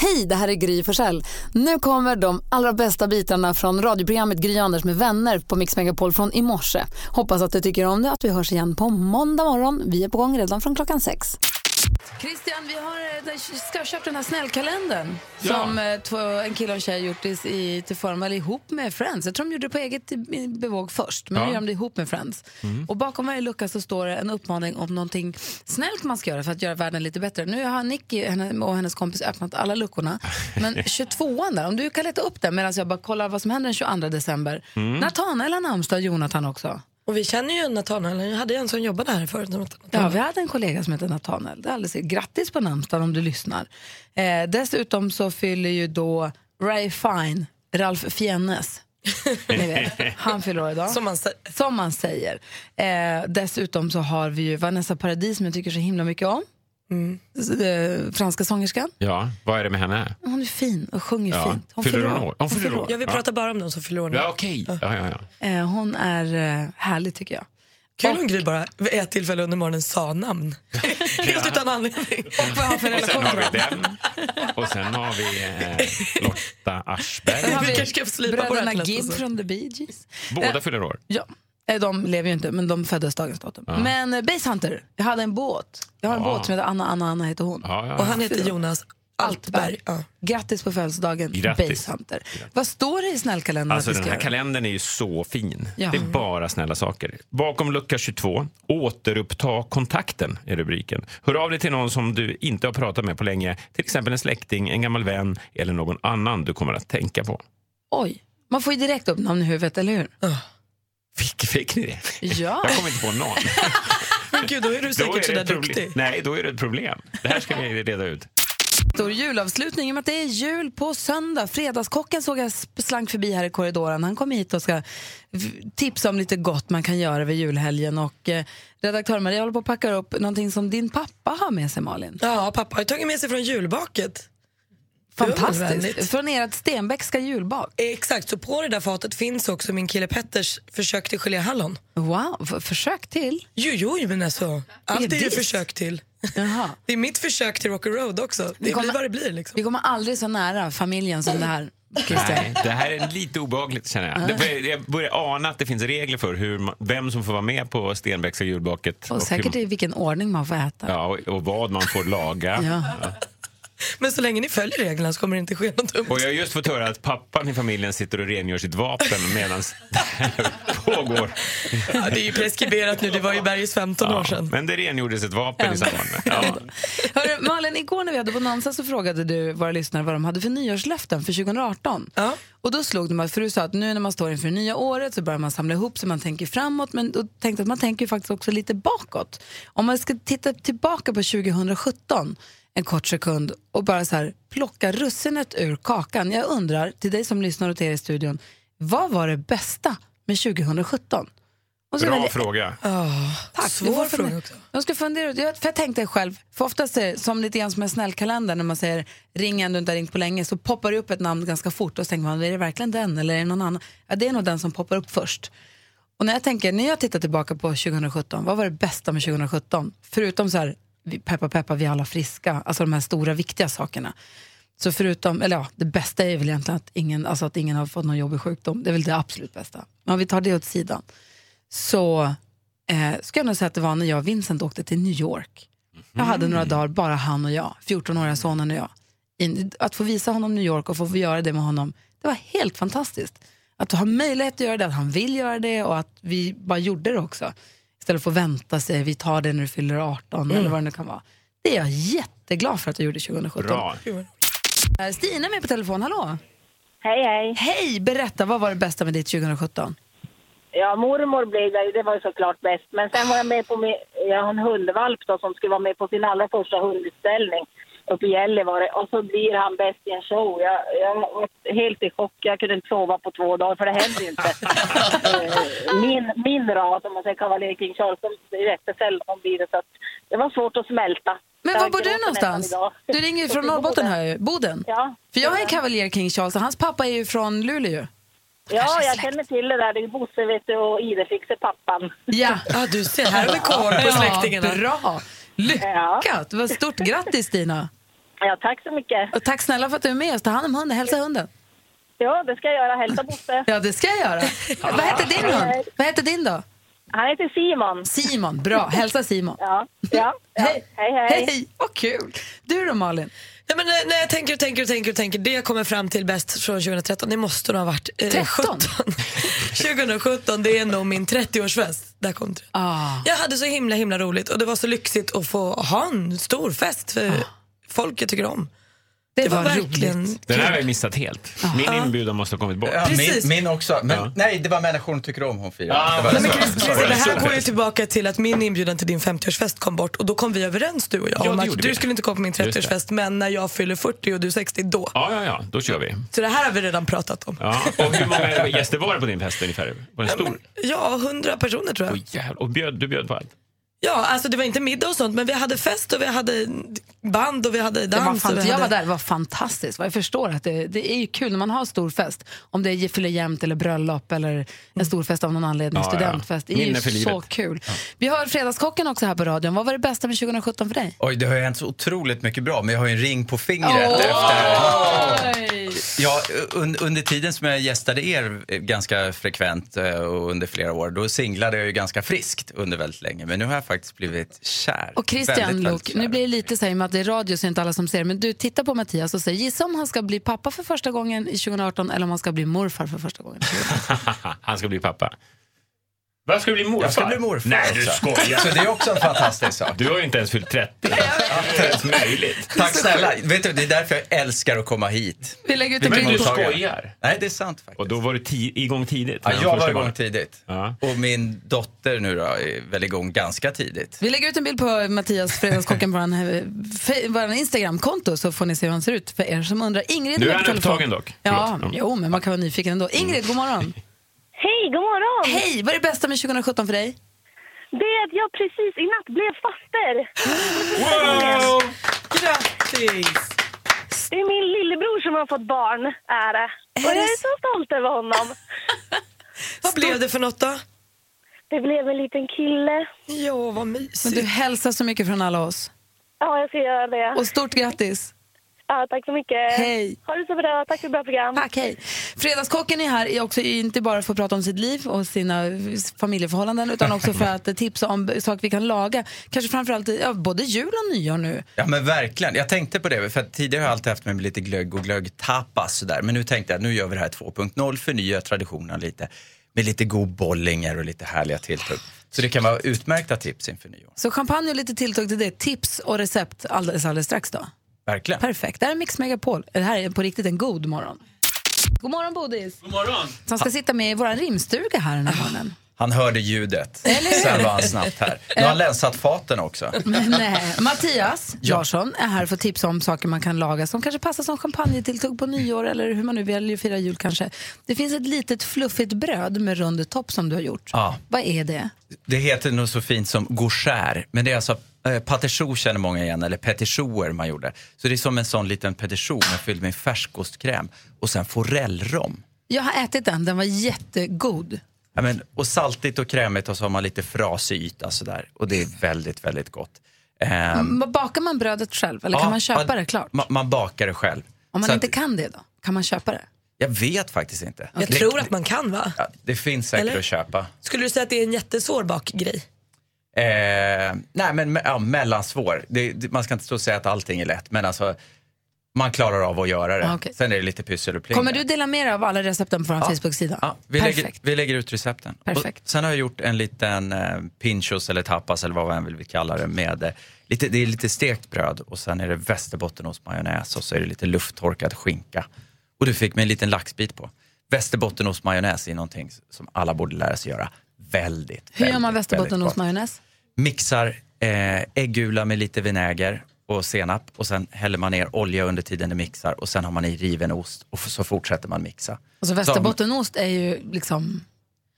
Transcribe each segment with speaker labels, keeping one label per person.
Speaker 1: Hej, det här är Gry Forssell. Nu kommer de allra bästa bitarna från radioprogrammet Gry Anders med vänner på Mix Megapol från i morse. Hoppas att du tycker om det att vi hörs igen på måndag morgon. Vi är på gång redan från klockan sex. Christian, vi har, eh, den- ska ha köpt den här snällkalendern
Speaker 2: Ja.
Speaker 1: som eh, två, en kille och en tjej gjort i, i, till form, eller ihop med Friends. Jag tror de gjorde det på eget i- bevåg först, men
Speaker 2: Ja. Mm.
Speaker 1: nu gör de det ihop med Friends. Och bakom varje lucka så står det en uppmaning om någonting snällt man ska göra för att göra världen lite bättre. Nu har Nicky henne- och hennes kompis öppnat alla luckorna, men 22an där, om du kan leta upp den medan jag bara kollar vad som händer den 22 december.
Speaker 2: Mm.
Speaker 1: Nathanael har namnsdag, Jonathan också.
Speaker 3: Och vi känner ju Nathanael, jag hade ju en som jobbade här förut. Nathanael.
Speaker 1: Ja, vi hade en kollega som hette Nathanael. Det är alldeles Grattis på namnsdagen om du lyssnar. Eh, dessutom så fyller ju då Ray Fine, Ralf Fiennes, ni vet, han fyller år idag.
Speaker 3: Som man säger.
Speaker 1: Som man säger. Eh, dessutom så har vi ju Vanessa Paradis som jag tycker så himla mycket om.
Speaker 3: Mm.
Speaker 1: S- Eh, franska sångerskan.
Speaker 2: Ja, vad är det med henne?
Speaker 1: Hon är fin och sjunger
Speaker 2: Ja.
Speaker 1: fint.
Speaker 2: Fyller hon år? Hon fyller år.
Speaker 3: Ja, vi pratar bara om dem som förlorar.
Speaker 2: Ja, okej. Ja, ja, ja.
Speaker 1: Eh, hon är eh, härlig tycker jag.
Speaker 3: Kul om Gry bara vid ett tillfälle under morgonen sa namn. Helt utan anledning.
Speaker 1: Och vad har för
Speaker 2: Och sen
Speaker 1: relation
Speaker 2: har vi den. Och sen har vi eh, Lotta
Speaker 1: Sen har
Speaker 2: Aschberg.
Speaker 3: vi kanske ska slipa på det här
Speaker 1: Bröderna
Speaker 3: till nästa
Speaker 1: Gibb
Speaker 3: säsong.
Speaker 1: från The Bee Gees.
Speaker 2: Båda fyller år.
Speaker 1: Ja. Eh, De lever ju inte, men de föddes dagens datum. Men eh, Basehunter, jag hade en båt. Jag har en
Speaker 2: Ja.
Speaker 1: båt som heter Anna, Anna, Anna heter hon.
Speaker 2: Ja, ja,
Speaker 3: Och
Speaker 2: ja.
Speaker 3: han heter Jonas Altberg. Ja.
Speaker 1: Grattis på födelsedagen,
Speaker 2: Grattis.
Speaker 1: Basehunter. Vad står det i snällkalendern
Speaker 2: Alltså
Speaker 1: att vi
Speaker 2: den
Speaker 1: ska
Speaker 2: här
Speaker 1: göra?
Speaker 2: kalendern är ju så fin.
Speaker 1: Ja.
Speaker 2: Det är bara snälla saker. Bakom lucka 22, återuppta kontakten är rubriken. Hör av dig till någon som du inte har pratat med på länge. Till exempel en släkting, en gammal vän eller någon annan du kommer att tänka på.
Speaker 1: Oj, man får ju direkt upp namn i huvudet, eller hur?
Speaker 2: Fick, fick ni det?
Speaker 1: Ja.
Speaker 2: Jag kommer inte på någon.
Speaker 3: Men gud, då är du
Speaker 2: Då är
Speaker 3: säkert
Speaker 2: det
Speaker 3: sådär
Speaker 2: ett problem.
Speaker 3: duktig.
Speaker 2: Nej, då är det ett problem. Det här ska vi reda ut.
Speaker 1: Stor julavslutning, i och med att det är jul på söndag. Fredagskocken såg jag sp- slank förbi här i korridoren. Han kom hit och ska v- tipsa om lite gott man kan göra vid julhelgen. Och eh, redaktör Maria håller på att packa upp någonting som din pappa har med sig, Malin.
Speaker 3: Ja, pappa har ju tagit med sig från julbaket.
Speaker 1: Fantastiskt.
Speaker 3: Julvänligt.
Speaker 1: Från ert Stenbeckska julbak.
Speaker 3: Exakt, så på det där fatet finns också min kille Petters försök till geléhallon.
Speaker 1: Wow, f- försök till.
Speaker 3: Jo, jo, men alltså. Allt är ju
Speaker 1: diss.
Speaker 3: försök till.
Speaker 1: Jaha.
Speaker 3: Det är mitt försök till Rock'n'Road också. Det
Speaker 1: kommer-
Speaker 3: blir vad det blir liksom.
Speaker 1: Vi kommer aldrig så nära familjen som det här, Christian.
Speaker 2: Nej, det här är lite obehagligt känner jag. Det börjar- Jag börjar ana att det finns regler för hur, ma- vem som får vara med på Stenbeckska julbaket.
Speaker 1: Och säkert
Speaker 2: hur,
Speaker 1: i vilken ordning man får äta.
Speaker 2: ja, och, och vad man får laga.
Speaker 1: Ja.
Speaker 3: Men så länge ni följer reglerna så kommer det inte ske något dumt.
Speaker 2: Och jag har just fått höra att pappan i familjen sitter och rengör sitt vapen medan det här pågår.
Speaker 3: Ja, det är ju preskriberat nu, det var ju Bergis 15 år
Speaker 2: Ja,
Speaker 3: sedan.
Speaker 2: men det rengjordes ett vapen i samband med. Ja.
Speaker 1: Hörru, Malin, igår när vi hade bonanza så frågade du våra lyssnare vad de hade för nyårslöften för 2018.
Speaker 3: Ja.
Speaker 1: Och då slog de mig, för du sa att nu när man står inför det nya året så börjar man samla ihop sig, man tänker framåt, men då tänkte jag att man tänker ju faktiskt också lite bakåt. Om man ska titta tillbaka på 2017 en kort sekund och bara så här plocka russinet ur kakan. Jag undrar, till dig som lyssnar och till er i studion, vad var det bästa med 2017? Och så
Speaker 2: Bra
Speaker 1: väljer
Speaker 2: fråga.
Speaker 1: Tack.
Speaker 3: Svår
Speaker 1: Du får fundera-
Speaker 3: fråga också.
Speaker 1: Jag ska fundera ut, jag- för jag tänkte själv, för oftast är det som lite grann som en snällkalender när man säger ring en du inte har ringt på länge så poppar det upp ett namn ganska fort och så tänker man är det verkligen den eller är det någon annan? Ja, det är nog den som poppar upp först. Och när jag tänker, när jag tittar tillbaka på 2017, vad var det bästa med 2017? Förutom så här, vi- peppa peppa vi är alla friska, alltså de här stora viktiga sakerna. Så förutom, eller ja, det bästa är väl egentligen att ingen, alltså att ingen har fått någon jobbig sjukdom. Det är väl det absolut bästa. Men om vi tar det åt sidan så eh, ska jag nog säga att det var när jag och Vincent åkte till New York. Jag hade några dagar, bara han och jag, 14-åriga sonen och jag. In, att få visa honom New York och få göra det med honom, det var helt fantastiskt. Att ha möjlighet att göra det, att han vill göra det och att vi bara gjorde det också. Istället för att vänta sig, vi tar det när du fyller 18 eller vad det nu kan vara. Det är jag jätteglad för att jag gjorde 2017.
Speaker 2: Bra.
Speaker 1: Eh, Stina är med på telefon, hallå?
Speaker 4: Hej, hej.
Speaker 1: Hej, berätta, vad var det bästa med ditt 2017?
Speaker 4: Ja, mormor blev där, det var ju såklart bäst. Men sen var jag med på min, jag har en hundvalp då, som skulle vara med på sin allra första hundutställning uppe i Gällivare. Och så blir han bäst i en show. Jag, jag var helt i chock. Jag kunde inte sova på två dagar, för det hände ju inte. Eh, min, min ras, om man säger Cavalier King Charles, de är jättesällan blir det. Så att det var svårt att smälta.
Speaker 1: Men
Speaker 4: Jag
Speaker 1: var bor du
Speaker 4: gråter
Speaker 1: någonstans?
Speaker 4: nästan idag.
Speaker 1: Du ringer ju från Norrbotten här ju. Boden?
Speaker 4: Ja.
Speaker 1: För jag är en kavaljer King Charles och hans pappa är ju från Luleå.
Speaker 4: Ja, jag känner till det där. Det är Bosse vet du, och Idefixer, pappan.
Speaker 1: Ja.
Speaker 3: Ja, du ser, här har vi koll på släktingarna.
Speaker 1: Ja, bra! Lyckat! Vad stort grattis Stina!
Speaker 4: Ja, tack så mycket.
Speaker 1: Och tack snälla för att du är med oss. Ta hand om hunden. Hälsa hunden.
Speaker 4: Ja, det ska jag göra. Hälsa Bosse.
Speaker 1: Ja, det ska jag göra. Vad heter din hund? Vad heter din då?
Speaker 4: Han heter Simon.
Speaker 1: Simon. Bra. Hälsa Simon.
Speaker 4: Ja, ja, ja.
Speaker 1: Hej.
Speaker 4: Hej, hej.
Speaker 1: Hej. Vad kul. Du då, Malin?
Speaker 3: Nej, men, eh, när jag tänker och tänker och tänker och tänker, det jag kommer fram till bäst från 2013, det måste nog ha varit eh,
Speaker 1: 13?
Speaker 3: 17. 2017, det är nog min 30-årsfest. Där kom det.
Speaker 1: Ah.
Speaker 3: Jag hade så himla himla roligt och det var så lyxigt att få ha en stor fest för folk jag tycker om.
Speaker 1: Det,
Speaker 3: Ah. Det,
Speaker 1: var,
Speaker 3: var, verkligen
Speaker 1: roligt.
Speaker 2: Den här
Speaker 3: kul.
Speaker 2: har jag missat helt. Min inbjudan måste ha kommit bort.
Speaker 5: Ja,
Speaker 1: Precis.
Speaker 5: min, min också. Men
Speaker 2: Ja.
Speaker 5: nej, det var människor hon tycker om hon firar.
Speaker 2: Ah,
Speaker 5: det var
Speaker 2: nej,
Speaker 5: så.
Speaker 2: men Chris,
Speaker 3: Precis, det här går ju tillbaka till att min inbjudan till din 50-årsfest kom bort och då kom vi överens du och jag
Speaker 2: Ja,
Speaker 3: om
Speaker 2: det
Speaker 3: att
Speaker 2: gjorde
Speaker 3: du
Speaker 2: vi.
Speaker 3: skulle inte komma på min
Speaker 2: Just det.
Speaker 3: 30-årsfest men när jag fyller 40 och du 60 då.
Speaker 2: Ja, ja, ja. Då kör vi.
Speaker 3: Så det här har vi redan pratat om.
Speaker 2: Ja. Och hur många gäster var det på din fest ungefär? Var den stor?
Speaker 3: Ja, 100 personer tror jag.
Speaker 2: Oj, jävlar. Och bjöd, du bjöd på allt?
Speaker 3: Ja, alltså det var inte middag och sånt men vi hade fest och vi hade band och vi hade
Speaker 1: Det var
Speaker 3: dans. och vi
Speaker 1: fant- jag
Speaker 3: hade...
Speaker 1: var där, det var fantastiskt. Jag förstår att det, det är ju kul när man har stor fest. Om det är fyller jämnt eller bröllop eller en stor fest av någon anledning,
Speaker 2: Ja, ja.
Speaker 1: studentfest. Det är
Speaker 2: Minne för
Speaker 1: ju så
Speaker 2: livet.
Speaker 1: kul. Vi har Fredagskocken också här på radion. Vad var det bästa med 2017 för dig?
Speaker 5: Oj, det har ju hänt så otroligt mycket bra, men jag har ju en ring på fingret efter. Ja, un, under tiden som jag gästade er eh, ganska frekvent eh, och under flera år, då singlade jag ju ganska friskt under väldigt länge. Men nu har jag faktiskt blivit kär.
Speaker 1: Och Christian,
Speaker 5: Väldigt, väldigt
Speaker 1: Luke,
Speaker 5: kär.
Speaker 1: nu blir det lite så här, i och med att det är radio så är det inte alla som ser, men du tittar på Mattias och säger gissa om han ska bli pappa för första gången i 2018 eller om han ska bli morfar för första gången.
Speaker 2: Han ska bli pappa. Vad ska du bli morfar?
Speaker 5: Jag ska bli morfar
Speaker 2: Nej, du
Speaker 5: också.
Speaker 2: skojar.
Speaker 5: Så det är också en fantastisk sak.
Speaker 2: Du har ju inte ens fyllt 30. Det är inte ens möjligt.
Speaker 5: Tack snälla. Vet du, det är därför jag älskar att komma hit.
Speaker 1: Vi lägger ut en
Speaker 5: Men
Speaker 1: bild
Speaker 2: Men du
Speaker 1: på...
Speaker 5: mottagare.
Speaker 2: skojar.
Speaker 5: Nej, det är sant
Speaker 2: Och
Speaker 5: faktiskt.
Speaker 2: då var du ti- igång tidigt.
Speaker 5: Ja,
Speaker 2: med de
Speaker 5: jag
Speaker 2: första
Speaker 5: var igång
Speaker 2: barnen.
Speaker 5: tidigt.
Speaker 2: Ja.
Speaker 5: Och min dotter nu då är väl igång ganska tidigt.
Speaker 1: Vi lägger ut en bild på Mattias Fredagskocken på vår, eh, fe- vår Instagramkonto så får ni se hur han ser ut för er som undrar. Ingrid
Speaker 2: Nu är
Speaker 1: med på
Speaker 2: han
Speaker 1: telefon.
Speaker 2: upptagen dock.
Speaker 1: Ja,
Speaker 2: Förlåt. Mm.
Speaker 1: jo, men man kan vara nyfiken ändå. Ingrid, god morgon.
Speaker 6: Hej, god morgon!
Speaker 1: Hej, vad är det bästa med 2017 för dig?
Speaker 6: Det är att jag precis i natt blev faster.
Speaker 2: Wow!
Speaker 3: Grattis!
Speaker 6: Det är min lillebror som har fått barn, är det. Och jag är så stolt över honom.
Speaker 3: Vad blev det för något då?
Speaker 6: Det blev en liten kille.
Speaker 3: Ja, vad
Speaker 1: Men
Speaker 3: mysigt.
Speaker 1: du hälsar så mycket från alla oss.
Speaker 6: Ja, jag ska göra det.
Speaker 1: Och stort grattis.
Speaker 6: Ja, tack så mycket.
Speaker 1: Hej.
Speaker 6: Ha det så bra. Tack för ett bra program.
Speaker 1: Tack, hej. Fredagskocken är här är också inte bara för att prata om sitt liv och sina familjeförhållanden utan också för att tipsa om saker vi kan laga. Kanske framförallt ja, både jul och nyår nu.
Speaker 5: Ja men verkligen. Jag tänkte på det, för att tidigare har jag alltid haft med mig lite glögg och glöggtapas sådär. Men nu tänkte jag, nu gör vi det här 2.0, förnya traditionen lite. Med lite god bollinger och lite härliga tilltugg. Så det kan vara utmärkta tips inför nyår.
Speaker 1: Så champagne och lite tilltugg till det. Tips och recept alldeles, alldeles strax då.
Speaker 5: Verkligen.
Speaker 1: Perfekt. Det här är Mix Megapol. Det här är på riktigt en god morgon. God morgon Bodis! God morgon! Som ska sitta med i vår rimstuga här den
Speaker 5: Ah.
Speaker 1: här morgonen.
Speaker 5: Han hörde ljudet. Sen var han snabbt här. Nu har han länsat faten också.
Speaker 1: Nej. eh, Mattias Larsson är här för att tipsa om saker man kan laga som kanske passar som champagnetilltugg på nyår eller hur man nu väljer att fira jul kanske. Det finns ett litet fluffigt bröd med rund topp som du har gjort.
Speaker 5: Ja.
Speaker 1: Vad är det?
Speaker 5: Det heter nog så fint som gougère, men det är alltså eh, pâte choux känner många igen, eller petit chouxer man gjorde. Så det är som en sån liten petit choux, men fylld med färskostkräm och sen forellrom.
Speaker 1: Jag har ätit den, den var jättegod.
Speaker 5: Ja, men, och saltigt och krämigt och så har man lite frasig yta sådär. Och det är väldigt, väldigt gott. Ehm,
Speaker 1: Men Bakar man brödet själv Mm. eller
Speaker 5: ja,
Speaker 1: kan man köpa
Speaker 5: man-
Speaker 1: det klart?
Speaker 5: Man, man bakar det själv.
Speaker 1: Om man
Speaker 5: Så
Speaker 1: inte
Speaker 5: att,
Speaker 1: kan det då, kan man köpa det?
Speaker 5: Jag vet faktiskt inte.
Speaker 3: Jag
Speaker 5: Det,
Speaker 3: tror att man kan va?
Speaker 5: ja, det finns säkert
Speaker 3: Eller?
Speaker 5: att köpa.
Speaker 3: Skulle du säga att det är en jättesvår bakgrej?
Speaker 5: Eh, nej, men me- ja, mellansvår. Det, det, man ska inte stå och säga att allting är lätt, men alltså man klarar av att göra det.
Speaker 1: Ah, okej.
Speaker 5: Sen är det lite pyssel och pling.
Speaker 1: Kommer du dela med dig av alla recepten på vår Facebook-sida?
Speaker 5: Ja, vi, lägger,
Speaker 1: Perfekt.
Speaker 5: vi lägger ut recepten.
Speaker 1: Perfekt.
Speaker 5: Och sen har jag gjort en liten eh, pinchos eller tapas eller vad man vill kalla det med eh, lite, det är lite stekt bröd och sen är det västerbottenostmajonnäs och så är det lite lufttorkad skinka. Och du fick mig en liten laxbit på. Västerbottenostmajonnäs är någonting som alla borde lära sig göra. Väldigt,
Speaker 1: Hur gör
Speaker 5: väldigt,
Speaker 1: man
Speaker 5: väldigt gott.
Speaker 1: västerbottenostmajonnäs?
Speaker 5: Mixar eh, äggula med lite vinäger och senap och sen häller man ner olja under tiden det mixar och sen har man i riven ost och f- så fortsätter man mixa.
Speaker 1: Alltså västerbottenost är ju liksom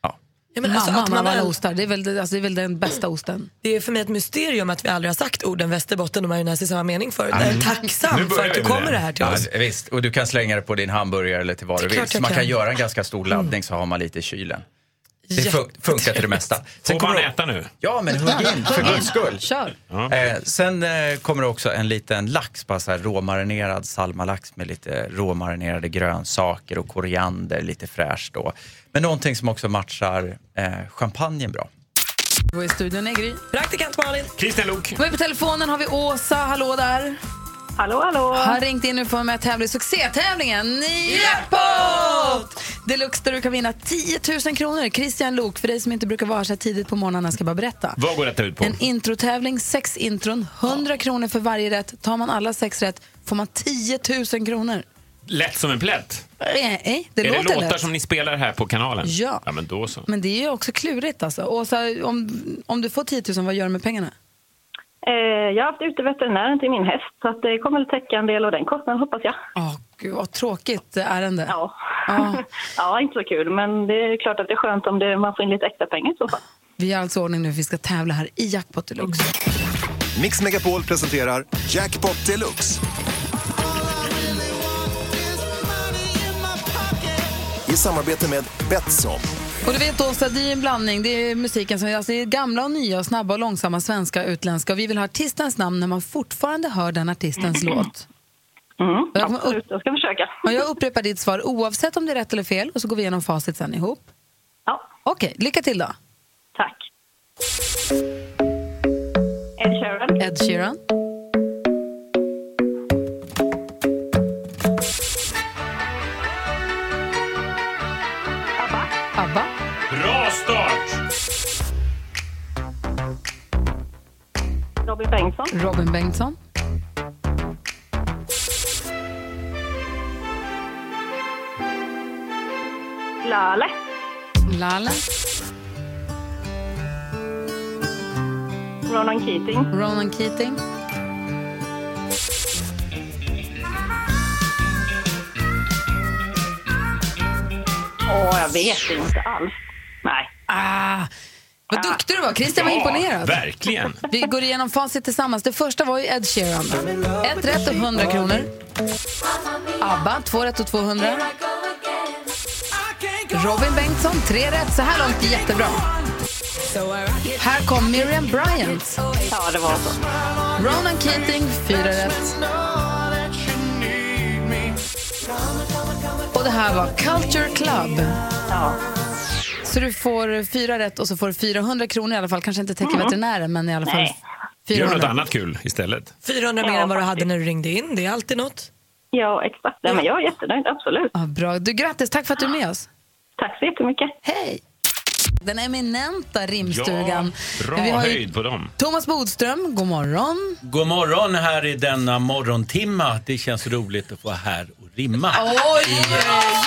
Speaker 5: Ja.
Speaker 3: Ja, men
Speaker 1: mamman
Speaker 3: alltså, att
Speaker 1: av
Speaker 3: man
Speaker 1: alla
Speaker 3: all-
Speaker 1: ostar. Det är, väl, alltså, det är väl den bästa osten.
Speaker 3: Det är för mig ett mysterium att vi aldrig har sagt orden Västerbotten och majonnäs i samma mening förut. Jag är
Speaker 2: Mm. Nu
Speaker 3: tacksam
Speaker 2: börjar
Speaker 3: för att
Speaker 2: vi
Speaker 3: du
Speaker 2: med
Speaker 3: kommer
Speaker 2: det.
Speaker 3: det här till
Speaker 5: Mm. Ja,
Speaker 3: oss.
Speaker 5: visst, och du kan slänga det på din hamburgare eller till vad du
Speaker 3: klart
Speaker 5: vill. Så
Speaker 3: jag
Speaker 5: man kan
Speaker 3: kan.
Speaker 5: göra en ganska stor laddning så har man lite i kylen. Det fun funkar till det mesta. Sen
Speaker 2: Får man
Speaker 5: kommer-
Speaker 2: äta nu?
Speaker 5: Ja, men hugg in för guds skull.
Speaker 1: Kör.
Speaker 5: Eh, sen eh, kommer det också en liten lax, bara så här råmarinerad salmalax med lite råmarinerade grönsaker och koriander, lite fräscht då. Men någonting som också matchar eh, champagnen bra.
Speaker 1: Vi är i studion, är Gry.
Speaker 3: Praktikant Malin.
Speaker 2: Kristian Lok.
Speaker 1: Och på telefonen har vi Åsa, hallå där.
Speaker 6: Hallå, hallå!
Speaker 1: Har ringt in nu för att med tävla i succétävlingen Jackpot! Deluxe där du kan vinna 10 000 kronor. Christian Lok, för dig som inte brukar vara så här tidigt på morgonen, jag ska bara berätta.
Speaker 2: Vad går detta ut på?
Speaker 1: En introtävling, sex intron, 100 kronor för varje rätt. Tar man alla sex rätt får man 10 000 kronor.
Speaker 2: Lätt som en plätt.
Speaker 1: Nej, nej, det
Speaker 2: Är det
Speaker 1: låter
Speaker 2: låtar
Speaker 1: lätt.
Speaker 2: som ni spelar här på kanalen?
Speaker 1: Ja.
Speaker 2: Ja, men då så.
Speaker 1: Men det är ju också klurigt alltså. Åsa, om, om du får 10 000, vad gör du med pengarna?
Speaker 6: Eh, jag har haft ute veterinären till min häst så att det kommer att täcka en del av den kostnaden hoppas jag.
Speaker 1: Åh, gud vad tråkigt ärende.
Speaker 6: Ja.
Speaker 1: Ja.
Speaker 6: ja, inte så kul men det är klart att det är skönt om det, man får in lite extra pengar i så fall.
Speaker 1: Vi gör alltså ordning nu, vi ska tävla här i Jackpot Deluxe.
Speaker 7: Mix Megapol presenterar Jackpot Deluxe. I samarbete med Betsson.
Speaker 1: Och du vet Åsa, det är ju en blandning. Det är musiken som alltså, det är gamla och nya, och snabba och långsamma, svenska och utländska. Och vi vill ha artistens namn när man fortfarande hör den artistens låt.
Speaker 6: Mm,
Speaker 1: Jag kommer upp-
Speaker 6: absolut, jag ska försöka.
Speaker 1: Och jag upprepar ditt svar oavsett om det är rätt eller fel och så går vi igenom facit sen ihop.
Speaker 6: Ja,
Speaker 1: Okej, lycka till då.
Speaker 6: tack. Ed Sheeran,
Speaker 1: Ed Sheeran,
Speaker 6: ABBA,
Speaker 1: ABBA,
Speaker 2: Bra start!
Speaker 6: Robin Bengtsson,
Speaker 1: Robin Bengtsson,
Speaker 6: Laleh,
Speaker 1: Lala,
Speaker 6: Ronan Keating,
Speaker 1: Ronan Keating,
Speaker 6: Åh, jag vet inte alls. Nej.
Speaker 1: Ah, vad duktig du var! Christian var imponerad.
Speaker 2: Verkligen.
Speaker 1: Vi går igenom facit tillsammans. Det första var ju Ed Sheeran. Ett rätt och 100 kronor. ABBA, två rätt och 200. Robin Bengtsson, tre rätt. Så här långt jättebra. Här kom Miriam Bryant.
Speaker 6: Ja, det var så.
Speaker 1: Ronan Keating, fyra rätt. Och det här var Culture Club.
Speaker 6: Ja.
Speaker 1: Så du får fyra rätt och så får du 400 kronor i alla fall. Kanske inte täcker veterinären, men i alla fall
Speaker 6: Mm. Nej.
Speaker 2: Gör något
Speaker 1: 400.
Speaker 2: annat kul istället.
Speaker 3: 400 mer
Speaker 6: Ja,
Speaker 3: än vad du hade
Speaker 6: faktiskt.
Speaker 3: när du ringde in. Det är alltid något.
Speaker 6: Ja, exakt. Nej, men jag är jättenöjd, absolut.
Speaker 1: Ja, bra. Du, grattis, tack för att du är med oss.
Speaker 6: Tack så jättemycket.
Speaker 1: Hej! Den eminenta rimstugan.
Speaker 2: Ja, bra
Speaker 1: Vi har ju
Speaker 2: höjd på dem.
Speaker 1: Thomas Bodström, god morgon.
Speaker 8: God morgon här i denna morgontimma. Det känns roligt att vara här och rimma.
Speaker 1: Oj!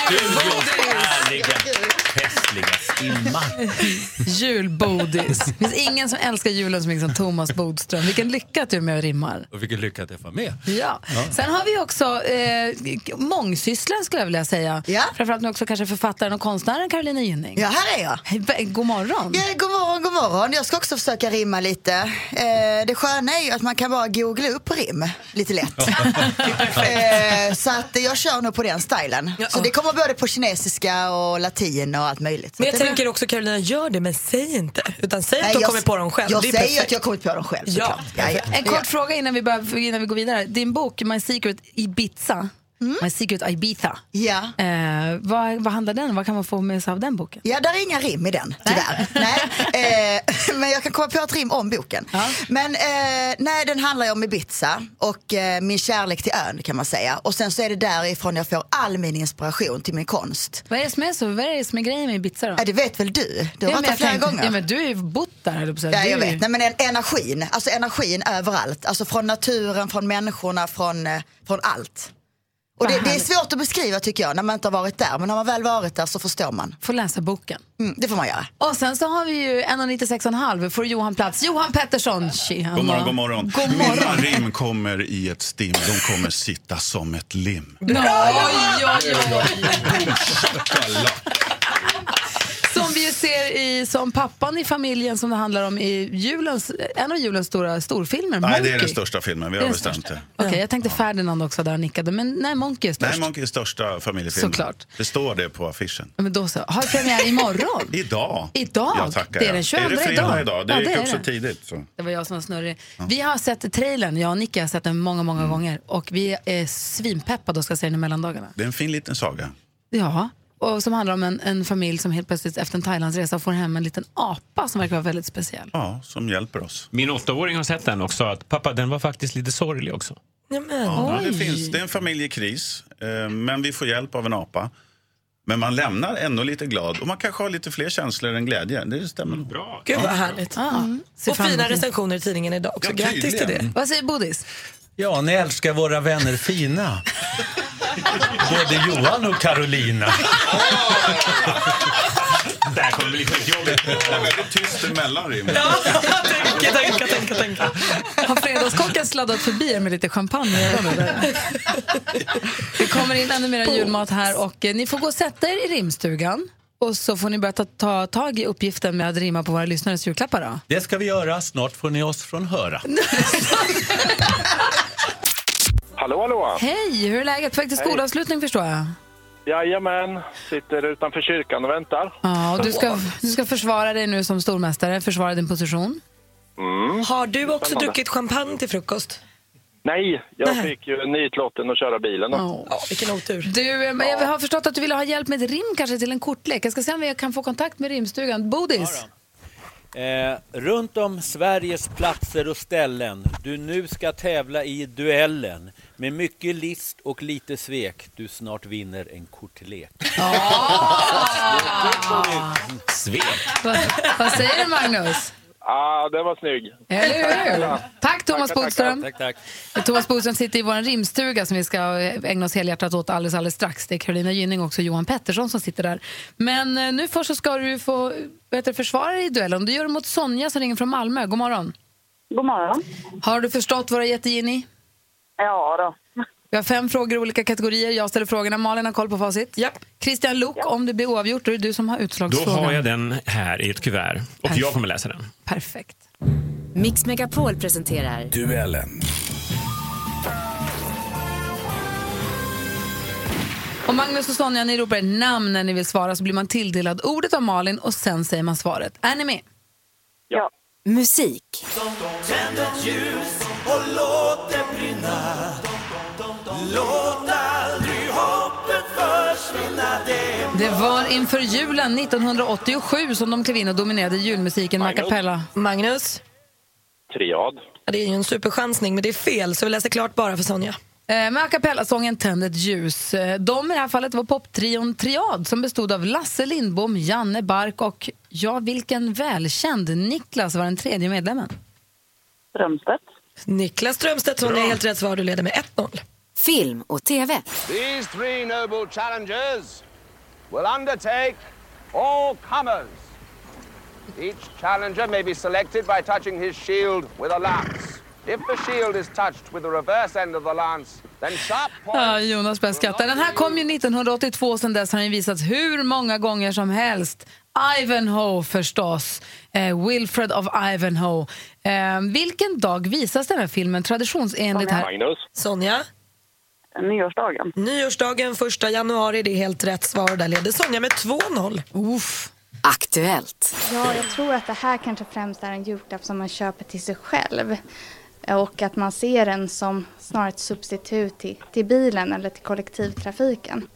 Speaker 8: Studions härliga, festliga stimma.
Speaker 1: Julbodis. Det finns ingen som älskar julen så mycket som Thomas Bodström. Vilken lycka att du är med och rimmar.
Speaker 8: Och vilken lycka att jag får med.
Speaker 1: Ja. Sen har vi också eh, mångsysslaren skulle jag vilja säga.
Speaker 9: Ja.
Speaker 1: Framförallt nu också kanske författaren och konstnären Carolina Gynning.
Speaker 9: Ja, här är jag.
Speaker 1: Hej, vä- god morgon.
Speaker 9: Ja, god morgon, god morgon. Jag ska också försöka rimma lite. Eh, det sköna är ju att man kan bara googla upp rim lite lätt. eh, så att jag kör nog på den stilen. Så det kommer både på kinesiska och latin och allt möjligt. Så
Speaker 3: Men
Speaker 9: att
Speaker 3: jag
Speaker 9: det blir-
Speaker 3: tänker också Carolina, gör det men säg inte. Utan säg att
Speaker 9: Nej,
Speaker 3: du har
Speaker 9: jag-
Speaker 3: kommit på dem själv.
Speaker 9: Jag
Speaker 3: det är
Speaker 9: säger ju
Speaker 3: perfekt.
Speaker 9: att jag har kommit på dem själv
Speaker 3: Ja.
Speaker 9: såklart. Ja, ja.
Speaker 1: En kort fråga innan vi, börjar, innan vi går vidare. Din bok My Secret Ibiza, My Secret Ibiza.
Speaker 9: Mm. Ja.
Speaker 1: Eh, vad, vad handlar den om? Vad kan man få med sig av den boken?
Speaker 9: Ja, där är inga rim i den, tyvärr. nej. Eh, men jag kan komma på ett rim om boken. Men eh, nej, den handlar ju om Ibiza och eh, min kärlek till ön kan man säga. Och sen så är det därifrån jag får all min inspiration till min konst.
Speaker 1: Vad är det som är, så, vad är, det som är grejen med Ibiza då?
Speaker 9: Ja, det vet väl du? Du har varit
Speaker 1: Ja, men
Speaker 9: där
Speaker 1: jag
Speaker 9: flera
Speaker 1: tänkte-
Speaker 9: gånger.
Speaker 1: Ja, men du har ju bott där, höll jag på att säga.
Speaker 9: Ja,
Speaker 1: Du
Speaker 9: jag
Speaker 1: är ju-
Speaker 9: vet. Nej, men en, energin, alltså energin överallt. Alltså från naturen, från människorna, från, eh, från allt. Och
Speaker 1: Vad
Speaker 9: det, det är
Speaker 1: härligt.
Speaker 9: svårt att beskriva tycker jag när man inte har varit där. Men när man väl varit där så förstår man.
Speaker 1: Får läsa boken.
Speaker 9: Mm, det får man göra.
Speaker 1: Och sen så har vi ju 1,96,5 får Johan plats. Johan Pettersson. Tjena.
Speaker 10: God morgon, god morgon.
Speaker 1: God morgon.
Speaker 10: Mina rim kommer i ett stim. De kommer sitta som ett lim.
Speaker 1: Oj, oj, oj. Som vi vi ser i, som pappan i familjen som det handlar om i julens, en av julens stora storfilmer,
Speaker 10: Nej, det är
Speaker 1: Monkey.
Speaker 10: den största filmen. Vi
Speaker 1: Det
Speaker 10: har
Speaker 1: är den
Speaker 10: bestämt det.
Speaker 1: Okej, jag tänkte Ferdinand också där han nickade, men nej, Monkey är störst.
Speaker 10: Nej, Monkey är största familjefilmen.
Speaker 1: Såklart.
Speaker 10: Det står det på affischen.
Speaker 1: Ja, Men då så. Har premiär imorgon?
Speaker 10: Idag.
Speaker 1: Idag?
Speaker 10: Ja, tackar,
Speaker 1: det är
Speaker 10: ja.
Speaker 1: den 22
Speaker 10: Är det fredag idag? Det
Speaker 1: ja,
Speaker 10: gick
Speaker 1: är
Speaker 10: upp så
Speaker 1: det.
Speaker 10: tidigt. Så.
Speaker 1: Det var jag som var snurrig. Vi har sett trailern, jag och Nicky har sett den många, många
Speaker 10: Mm.
Speaker 1: gånger. Och vi är svinpeppade och ska se den i mellandagarna.
Speaker 10: Det är en fin liten saga.
Speaker 1: Ja, och som handlar om en, en familj som helt plötsligt efter en Thailandsresa får hem en liten apa som verkar vara väldigt speciell.
Speaker 10: Ja, som hjälper oss.
Speaker 2: Min åttaåring har sett den och sa att pappa, den var faktiskt lite sorglig också.
Speaker 10: Ja, det,
Speaker 1: Oj.
Speaker 10: finns, det är en familjekris, eh, men vi får hjälp av en apa. Men man lämnar ändå lite glad och man kanske har lite fler känslor än glädje. Det stämmer nog.
Speaker 2: Bra.
Speaker 3: Gud vad härligt.
Speaker 1: Mm.
Speaker 3: Och fina recensioner i tidningen idag också.
Speaker 10: Ja,
Speaker 3: Grattis till
Speaker 10: tydligen.
Speaker 3: det.
Speaker 1: Vad säger Bodis?
Speaker 8: Ja, ni älskar våra vänner fina. Både Johan och Carolina.
Speaker 2: Det här kommer bli skitjobbigt.
Speaker 10: Det är väldigt tyst emellan rimmen.
Speaker 3: tänka, tänka, tänka, tänka.
Speaker 1: Har fredagskocken sladdat förbi er med lite champagne i ögonen? där? Det kommer in ännu mer julmat här och eh, ni får gå och sätta er i rimstugan. Och så får ni börja ta, ta tag i uppgiften med att rimma på våra lyssnares julklappar då.
Speaker 8: Det ska vi göra. Snart får ni oss från höra.
Speaker 11: Hallå, hallå!
Speaker 1: Hej, hur är läget? På väg till skolavslutning förstår jag.
Speaker 11: Jajamän, sitter utanför kyrkan och väntar.
Speaker 1: Ja, och du ska, du ska försvara dig nu som stormästare, försvara din position.
Speaker 3: Har du också
Speaker 11: Mm. Spännande.
Speaker 3: druckit champagne till frukost?
Speaker 11: Nej, jag
Speaker 3: Nej.
Speaker 11: fick ju nitlotten att köra bilen. Då.
Speaker 3: Ja, vilken otur.
Speaker 1: Du, eh, men jag har förstått att du ville ha hjälp med ett rim kanske till en kortlek. Jag ska se om jag kan få kontakt med rimstugan. Bodis?
Speaker 12: Eh, runt om Sveriges platser och ställen du nu ska tävla i duellen med mycket list och lite svek du snart vinner en kortlek.
Speaker 2: Svek.
Speaker 1: Vad, vad säger du Magnus?
Speaker 11: Ah, den var snygg.
Speaker 1: Eller hur? Tack Thomas
Speaker 11: Tackar, tackar.
Speaker 1: Bodström.
Speaker 12: Tack, tack.
Speaker 1: Thomas Bodström sitter i vår rimstuga som vi ska ägna oss helhjärtat åt alldeles, alldeles strax. Det är Carolina Gynning och också Johan Pettersson som sitter där. Men eh, nu först så ska du få vad heter det, försvara dig i duellen. Du gör det mot Sonja som ringer från Malmö. God morgon.
Speaker 4: God morgon.
Speaker 1: Har du förstått våra jättegeni?
Speaker 4: Ja då.
Speaker 1: Vi har fem frågor i olika kategorier. Jag ställer frågorna. Malin har koll på facit.
Speaker 3: Japp.
Speaker 1: Christian Lok, om det blir oavgjort då är det du som har
Speaker 2: Då
Speaker 1: utslagsfrågan.
Speaker 2: har jag den här i ett kuvert och jag kommer läsa den.
Speaker 1: Perfekt.
Speaker 13: Mix Megapol presenterar
Speaker 14: Duellen.
Speaker 1: Och Magnus och Sonja, ni ropar ett namn när ni vill svara så blir man tilldelad ordet av Malin och sen säger man svaret. Är ni med?
Speaker 11: Ja.
Speaker 13: musik.
Speaker 14: Tänd ett ljus och låt det brinna Låt aldrig hoppet försvinna det
Speaker 1: Det var inför julen 1987 som de klev in och dominerade julmusiken med a cappella.
Speaker 3: Magnus?
Speaker 11: Triad.
Speaker 3: Ja, det är ju en superchansning, men det är fel, så vi läser klart bara för Sonja.
Speaker 1: Eh, Med a cappella-sången Tänd ett ljus. Eh, De i det här fallet var poptrion Triad som bestod av Lasse Lindbom, Janne Bark och, ja vilken välkänd, Niklas var den tredje medlemmen.
Speaker 4: Strömstedt.
Speaker 3: Niklas Strömstedt, Sonja, helt rätt svar. Du leder med 1-0.
Speaker 13: Film och TV.
Speaker 14: These three noble challengers will undertake all comers Each challenger may be selected by touching his shield with a lance If the shield is touched with the reverse end of the lance then sharp
Speaker 1: Ja, Jonas börjar skratta. Den här kom ju 1982 och sen dess har den visats hur många gånger som helst. Ivanhoe förstås. Eh, Wilfred of Ivanhoe. Eh, vilken dag visas den här filmen traditionsenligt här?
Speaker 11: Magnus.
Speaker 3: Sonja?
Speaker 4: Nyårsdagen.
Speaker 3: Nyårsdagen 1 januari, det är helt rätt svar. Där leder Sonja med 2-0.
Speaker 1: Uff.
Speaker 13: Aktuellt.
Speaker 15: Ja, jag tror att det här kanske främst är en julklapp som man köper till sig själv. Och att man ser den som snarare ett substitut till, till bilen eller till kollektivtrafiken.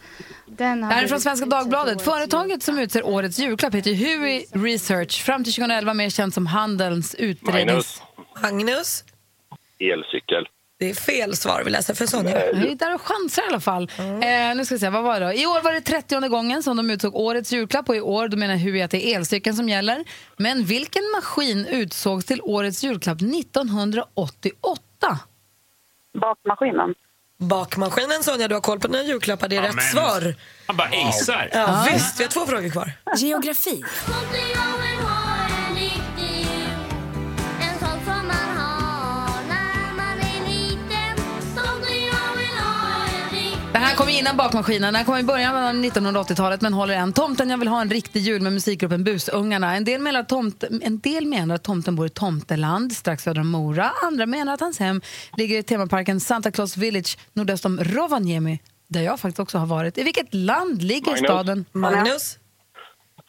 Speaker 15: Den har
Speaker 1: Det här är
Speaker 15: blivit
Speaker 1: från Svenska
Speaker 15: utsedd till
Speaker 1: Dagbladet.
Speaker 15: årets
Speaker 1: Företaget som utser årets julklapp heter Huey Research. Fram till 2011 mer känt som Handelns utrednings...
Speaker 11: Magnus.
Speaker 3: Magnus?
Speaker 11: Elcykel.
Speaker 3: Det är fel svar. Vi läser för Sonja.
Speaker 1: Vi är där och chansar i alla fall. Eh, nu ska vi se, vad var det då? I år var det 30 gången som de utsåg årets julklapp och i år då menar Hui att det är elcykeln som gäller. Men vilken maskin utsågs till årets julklapp 1988?
Speaker 4: Bakmaskinen.
Speaker 3: Bakmaskinen, Sonja, du har koll på dina julklappar. Det är rätt
Speaker 2: men-
Speaker 3: svar.
Speaker 2: Han bara acear.
Speaker 3: Ja, Visst, vi har två frågor kvar.
Speaker 13: Geografi.
Speaker 1: Det här här kommer innan bakmaskinen. Den här kommer i början av 1980-talet men håller än. Tomten jag vill ha en riktig jul med musikgruppen Busungarna. En del menar att, tomt, en del menar att tomten bor i Tomteland strax söder om Mora. Andra menar att hans hem ligger i temaparken Santa Claus Village nordöst om Rovaniemi där jag faktiskt också har varit. I vilket land ligger
Speaker 16: Magnus.
Speaker 1: staden?
Speaker 3: Magnus?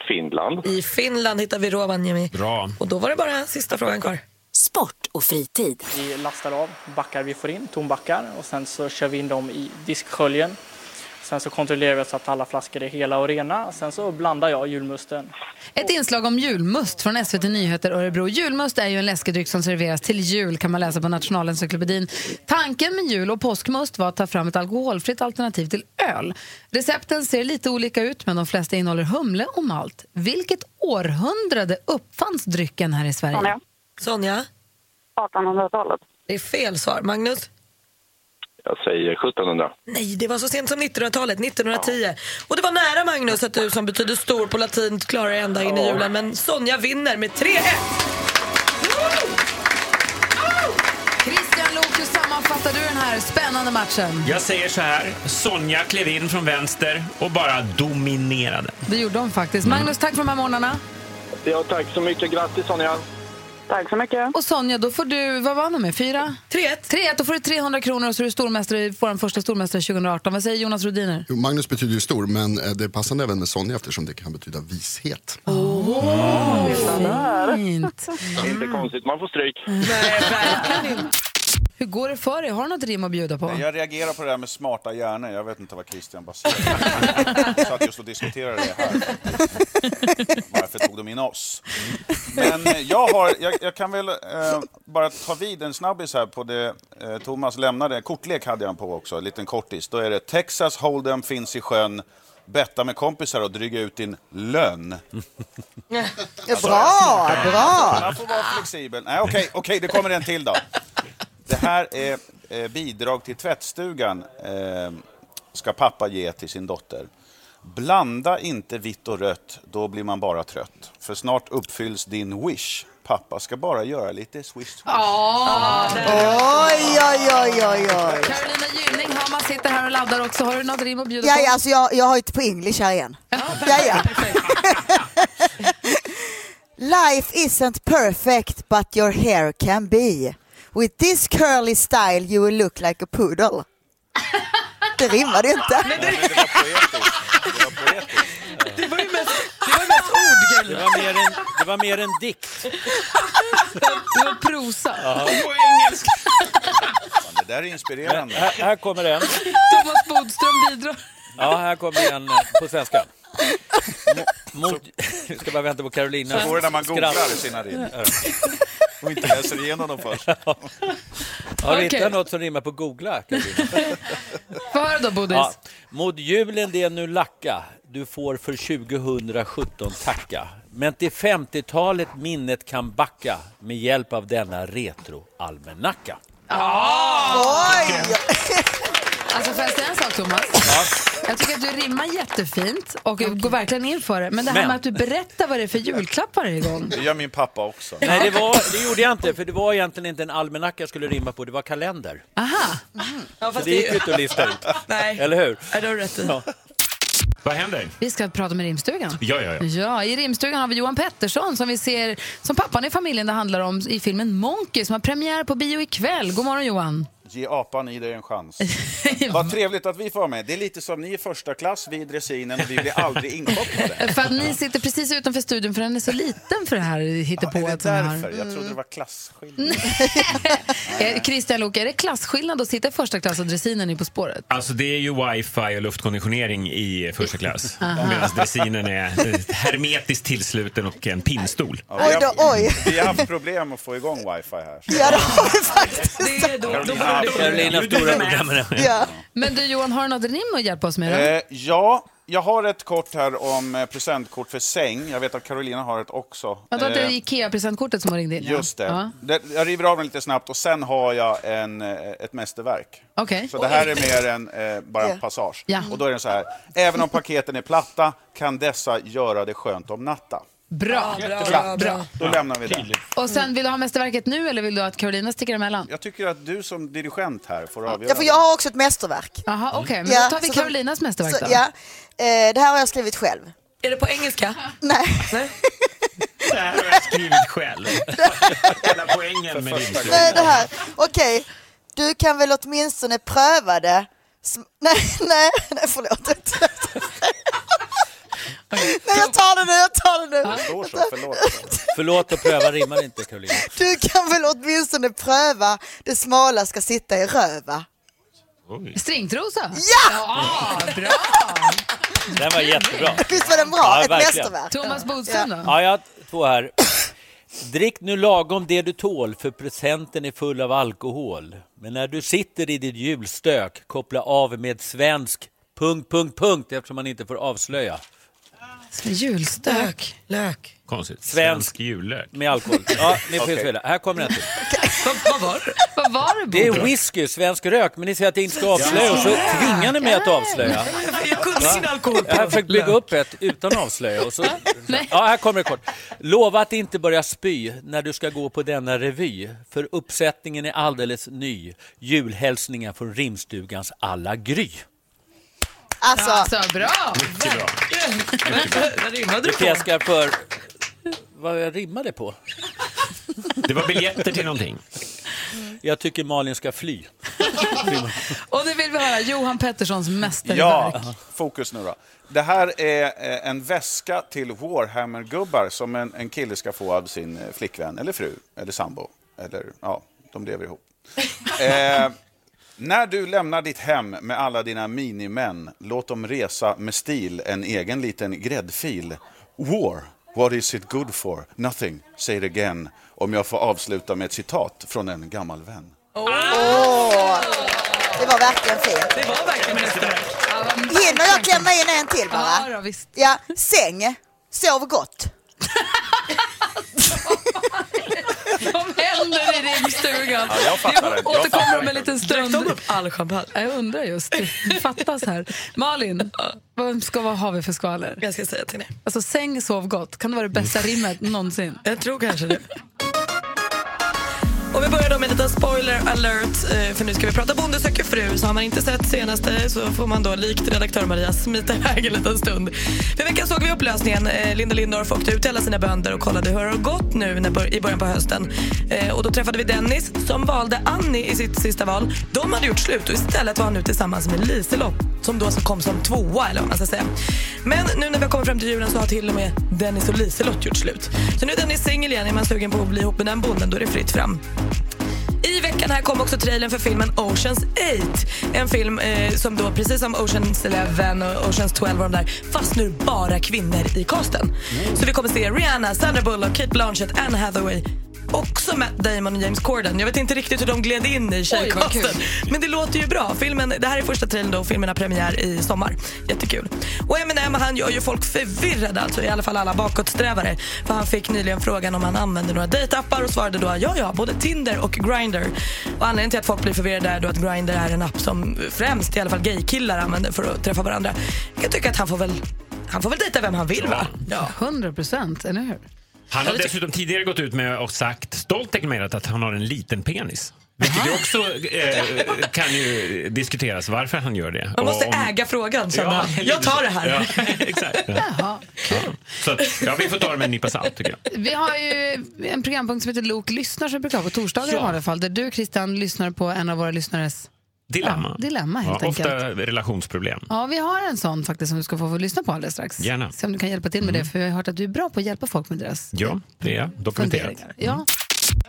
Speaker 16: Finland.
Speaker 3: I Finland hittar vi Rovaniemi.
Speaker 2: Bra.
Speaker 3: Och då var det bara sista frågan kvar.
Speaker 13: Sport och fritid.
Speaker 17: Vi lastar av backar vi får in, tombackar, och sen så kör vi in dem i disksköljen. Sen så kontrollerar vi så att alla flaskor är hela och rena. Sen så blandar jag julmusten.
Speaker 1: Ett inslag om julmust från SVT Nyheter Örebro. Julmust är ju en läskedryck som serveras till jul kan man läsa på Nationalencyklopedin. Tanken med jul och påskmust var att ta fram ett alkoholfritt alternativ till öl. Recepten ser lite olika ut men de flesta innehåller humle och malt. Vilket århundrade uppfanns drycken här i Sverige?
Speaker 3: Sonja?
Speaker 4: 1800-talet.
Speaker 3: Det är fel svar. Magnus?
Speaker 16: Jag säger 1700.
Speaker 3: Nej, det var så sent som 1900-talet, 1910. Och det var nära Magnus att du som betyder stor på latin klarar dig ända in i julen. Men Sonja vinner med 3-1.
Speaker 1: Christian Lok, hur sammanfattar du den här spännande matchen?
Speaker 2: Jag säger så här, Sonja klev in från vänster och bara dominerade.
Speaker 1: Det gjorde de faktiskt. Magnus, tack för de här morgnarna.
Speaker 16: Ja, tack så mycket. Grattis Sonja.
Speaker 1: Tack så mycket. Och Sonja, då får du, vad vann du med? Fyra?
Speaker 3: 3-1.
Speaker 1: 3-1, då får du 300 kronor och så är du stormästare, vår första stormästare 2018. Vad säger Jonas Rodiner?
Speaker 18: Jo, Magnus betyder ju stor, men eh, det är passande även med Sonja eftersom det kan betyda vishet.
Speaker 1: Fint.
Speaker 16: Inte konstigt, man får stryk.
Speaker 1: Hur går det för dig? Har du något rim att bjuda på?
Speaker 10: Jag reagerar på det här med smarta hjärnor. Jag vet inte vad Christian baserar Jag satt just och diskuterade det här. Varför tog de in oss? Men eh, jag, har, jag, jag kan väl eh, bara ta vid en snabbis här på det eh, Thomas lämnade. Kortlek hade han på också, en liten kortis. Då är det Texas Hold'em finns i sjön. Betta med kompisar och dryga ut din lön.
Speaker 9: Bra, bra!
Speaker 10: Man får vara flexibel. Nej, okej, okej, det kommer en till då. Det här är eh, bidrag till tvättstugan eh, ska pappa ge till sin dotter. Blanda inte vitt och rött, då blir man bara trött. För snart uppfylls din wish. Pappa ska bara göra lite swish. swish.
Speaker 9: Oj, oj, oj, oj, oj.
Speaker 1: Carolina Gynning, Hammar sitter här och laddar också. Har du något rim att bjuda
Speaker 9: Ja,
Speaker 1: på?
Speaker 9: ja, alltså jag, jag har ju på engelska här igen. Ja, ja. Life isn't perfect but your hair can be. With this curly style you will look like a poodle. Det rimmade ju inte.
Speaker 3: Det var ju mest, det var ju mest ord, Kalle.
Speaker 12: Det var mer en, det var mer en dikt.
Speaker 1: Det var prosa.
Speaker 12: Ja.
Speaker 10: Det där är inspirerande.
Speaker 12: Här, här kommer en.
Speaker 1: Thomas Bodström bidrar.
Speaker 12: Ja, här kommer en eh, på svenska. Mo- Mot, jag ska bara vänta på Carolina.
Speaker 10: Så går det när man googlar
Speaker 12: Skratt.
Speaker 10: sina rim. Och inte läser igenom dem först.
Speaker 12: Har du
Speaker 1: Okej.
Speaker 12: hittat något som rimmar på googla, Carolina?
Speaker 1: Få höra då, Bodis.
Speaker 12: Ja. Mot julen det är nu lacka, du får för 2017 tacka. Men till 50-talet minnet kan backa med hjälp av denna retroalmanacka.
Speaker 9: Oj!
Speaker 1: Alltså, får jag säga en sak, Thomas? Jag tycker att du rimmar jättefint och går verkligen in för det. Men det här
Speaker 12: Men-
Speaker 1: med att du berättar vad det är för julklapp varje gång.
Speaker 10: Det gör min pappa också.
Speaker 12: Nej, det, var, det gjorde jag inte, för det var egentligen inte en almanacka jag skulle rimma på, det var kalender.
Speaker 1: Aha.
Speaker 3: Ja,
Speaker 12: Så
Speaker 3: fast
Speaker 12: det gick ju
Speaker 3: det,
Speaker 12: inte att lista ut.
Speaker 3: Nej.
Speaker 12: Eller hur?
Speaker 3: Ja, det har du rätt i.
Speaker 2: Vad händer?
Speaker 1: Vi ska prata med rimstugan.
Speaker 2: Ja, ja, ja.
Speaker 1: Ja, i rimstugan har vi Johan Pettersson som vi ser som pappan i familjen det handlar om i filmen Monkey som har premiär på bio ikväll. God morgon Johan.
Speaker 10: Ge apan i dig en chans. Vad trevligt att vi får vara med. Det är lite som ni i första klass vid dressinen och vi blir aldrig inkopplade.
Speaker 1: För att ni sitter precis utanför studion för den är så liten för det här
Speaker 10: Är det
Speaker 1: hittepået. som vi har.
Speaker 9: Mm.
Speaker 10: därför? Jag trodde det var klasskillnad.
Speaker 1: Eh, Christian Luuk, är det klasskillnad att sitta i första klass och dressinen är På spåret?
Speaker 2: Alltså det är ju wifi och luftkonditionering i första klass. Medan dressinen är eh, hermetiskt tillsluten och en pinnstol.
Speaker 10: vi, har,
Speaker 9: Oj då, oj.
Speaker 10: vi har haft problem att få igång wifi här.
Speaker 9: Ja, det har vi faktiskt.
Speaker 3: det är då, då
Speaker 10: Carolina
Speaker 3: får du
Speaker 10: Alfred.
Speaker 12: Carolinas stora program.
Speaker 9: Ja.
Speaker 1: Men du Johan, har du något rim att hjälpa oss med? Då?
Speaker 10: Eh, ja, jag har ett kort här om eh, presentkort för säng. Jag vet att Carolina har ett också.
Speaker 1: Jag tror att det
Speaker 10: Eh,
Speaker 1: är Ikea-presentkortet som har ringt in. ja.
Speaker 10: Just det.
Speaker 1: Ja.
Speaker 10: det. Jag river av den lite snabbt och sen har jag en, eh, ett mästerverk.
Speaker 1: Okej.
Speaker 10: Så det här är mer än eh, bara en passage.
Speaker 1: Ja.
Speaker 10: Och då är den så här. Även om paketen är platta kan dessa göra det skönt om natta.
Speaker 1: Bra.
Speaker 10: Klart. Då lämnar vi det.
Speaker 1: Och sen, vill du ha mästerverket nu eller vill du att Carolina sticker emellan?
Speaker 10: Jag tycker att du som dirigent här får avgöra.
Speaker 9: Ja, för jag har också ett mästerverk.
Speaker 1: Jaha, okej. men då tar vi
Speaker 9: så-
Speaker 1: Karolinas mästerverk
Speaker 9: så-
Speaker 1: då.
Speaker 9: Ja, eh, det här har jag skrivit själv.
Speaker 3: Är det på engelska?
Speaker 9: Nej.
Speaker 2: Det här har jag skrivit själv. Hela poängen med din
Speaker 9: Nej, det här. Okej, du kan väl åtminstone pröva det. Sm- nej, nej, nej, förlåt. nej, jag tar det nu, jag tar det nu.
Speaker 12: Förlåt att pröva rimmar inte Karolina.
Speaker 9: Du kan väl åtminstone pröva det smala ska sitta i röva.
Speaker 1: Stringtrosa?
Speaker 9: Ja!
Speaker 1: bra!
Speaker 12: Den var jättebra.
Speaker 9: Visst var den bra?
Speaker 12: Ja,
Speaker 9: Ett
Speaker 12: verkligen.
Speaker 9: mästerverk.
Speaker 1: Thomas Bodström då?
Speaker 12: Ja, jag har två här. Drick nu lagom det du tål, för presenten är full av alkohol. Men när du sitter i ditt julstök, koppla av med svensk... Punkt, punkt, punkt, eftersom man inte får avslöja.
Speaker 1: Julstök.
Speaker 3: Lök.
Speaker 2: Konstigt. Svensk jullök.
Speaker 12: Med alkohol. Ja, ni får
Speaker 2: Okej.
Speaker 12: okay. Här kommer den till.
Speaker 1: Vad var det,
Speaker 12: Det
Speaker 1: Bodström?
Speaker 12: är whisky, svensk rök, men ni säger att jag inte ska avslöja och så tvingar ni mig att avslöja.
Speaker 3: Jag kunde
Speaker 12: Va?
Speaker 3: sin alkohol.
Speaker 12: Jag har försökt bygga upp ett utan att avslöja. Och så... ja, här kommer det kort. Lova att inte börja spy när du ska gå på denna revy, för uppsättningen är alldeles ny. Julhälsningar från rimstugans alla Gry.
Speaker 9: Alltså,
Speaker 1: bra!
Speaker 2: Mycket bra.
Speaker 3: Vad rimmade
Speaker 12: Det fjäskar för... Vad jag rimmade på?
Speaker 2: Det var biljetter till någonting.
Speaker 12: Jag tycker Malin ska fly.
Speaker 1: Och nu vill vi höra Johan Petterssons mästerverk.
Speaker 10: Ja, fokus nu då. Det här är eh, en väska till Warhammer-gubbar som en, en kille ska få av sin eh, flickvän eller fru eller sambo. Eller ja, de lever ihop. Eh, när du lämnar ditt hem med alla dina minimän, låt dem resa med stil en egen liten gräddfil. War, what is it good for? Nothing, say it again. Om jag får avsluta med ett citat från en gammal vän.
Speaker 9: åh, det var verkligen fint.
Speaker 3: Det var verkligen mästerverk.
Speaker 9: Hinner jag klämma in en till bara?
Speaker 1: Ja, då, visst.
Speaker 9: Ja, säng, sov gott.
Speaker 1: Vad händer i rimstugan?
Speaker 10: Ja, jag fattar det. Jag
Speaker 1: återkommer
Speaker 10: fattar
Speaker 1: om en
Speaker 10: det.
Speaker 1: liten stund.
Speaker 3: Drack de upp all champagne?
Speaker 1: Jag undrar just. Det fattas här. Malin, vad, ska, vad har vi för skvaller?
Speaker 3: Jag ska säga till dig.
Speaker 1: Alltså säng, sov gott. Kan det vara det bästa rimmet någonsin?
Speaker 3: Jag tror kanske det. Och vi börjar då med lite spoiler alert, eh, för nu ska vi prata Bonde söker fru. Så har man inte sett senaste så får man då likt redaktör Maria smita iväg en liten stund. För i veckan såg vi upplösningen. Eh, Linda Lindorff åkte ut till alla sina bönder och kollade hur det har gått nu när, bör- i början på hösten. Eh, Och då träffade vi Dennis som valde Annie i sitt sista val. De hade gjort slut och istället var han nu tillsammans med Liselott som då kom som tvåa eller vad man ska säga. Men nu när vi har kommit fram till julen så har till och med Dennis och Liselott gjort slut. Så nu är Dennis singel igen. Är man sugen på att bli ihop med den bonden då är det fritt fram. I veckan här kom också trailern för filmen Oceans 8. En film eh, som då, precis som Oceans 11 och Oceans 12 och de där, fast nu bara kvinnor i casten.
Speaker 1: Mm.
Speaker 3: Så vi kommer se Rihanna, Sandra Bullock, Kate Blanchett, Anne Hathaway Också Matt Damon och James Corden. Jag vet inte riktigt hur de gled in i
Speaker 1: Oj, vad
Speaker 3: tjejcasten.
Speaker 1: kul.
Speaker 3: Men det låter ju bra. Filmen, det här är första trailern då och filmen har premiär i sommar. Jättekul. Och Eminem han gör ju folk förvirrade, alltså i alla fall alla bakåtsträvare. För han fick nyligen frågan om han använde några dejtappar och svarade då ja, ja, både Tinder och Grindr. Och anledningen till att folk blir förvirrade är då att Grindr är en app som främst i alla fall gaykillar använder för att träffa varandra. Jag tycker att han får väl han får väl dejta vem han vill va? Ja.
Speaker 1: 100 procent, eller hur?
Speaker 2: Han har dessutom tidigare gått ut med och sagt, stolt deklarerat att han har en liten penis. Vilket ju också eh, kan ju diskuteras varför han gör det.
Speaker 3: Man måste
Speaker 2: Och om-
Speaker 3: äga frågan känner
Speaker 2: Ja,
Speaker 3: han. Jag tar det här.
Speaker 2: Ja, exakt. Ja. Så att, ja, vi får ta det med en nypa salt tycker jag.
Speaker 1: Vi har ju en programpunkt som heter Lok lyssnar som vi brukar ha på torsdagar
Speaker 2: Ja.
Speaker 1: i vanliga fall. Där du Christian lyssnar på en av våra lyssnares
Speaker 2: Dilemma.
Speaker 1: Ja, dilemma, helt
Speaker 2: ja,
Speaker 1: enkelt.
Speaker 2: Ofta relationsproblem.
Speaker 1: Ja, vi har en sån faktiskt som du ska få, få lyssna på alldeles strax.
Speaker 2: Gärna. Mm.
Speaker 1: Se om du kan hjälpa till med det, för jag har hört att du är bra på att hjälpa folk med deras
Speaker 2: Ja, det är dokumenterat.
Speaker 1: funderingar. Ja.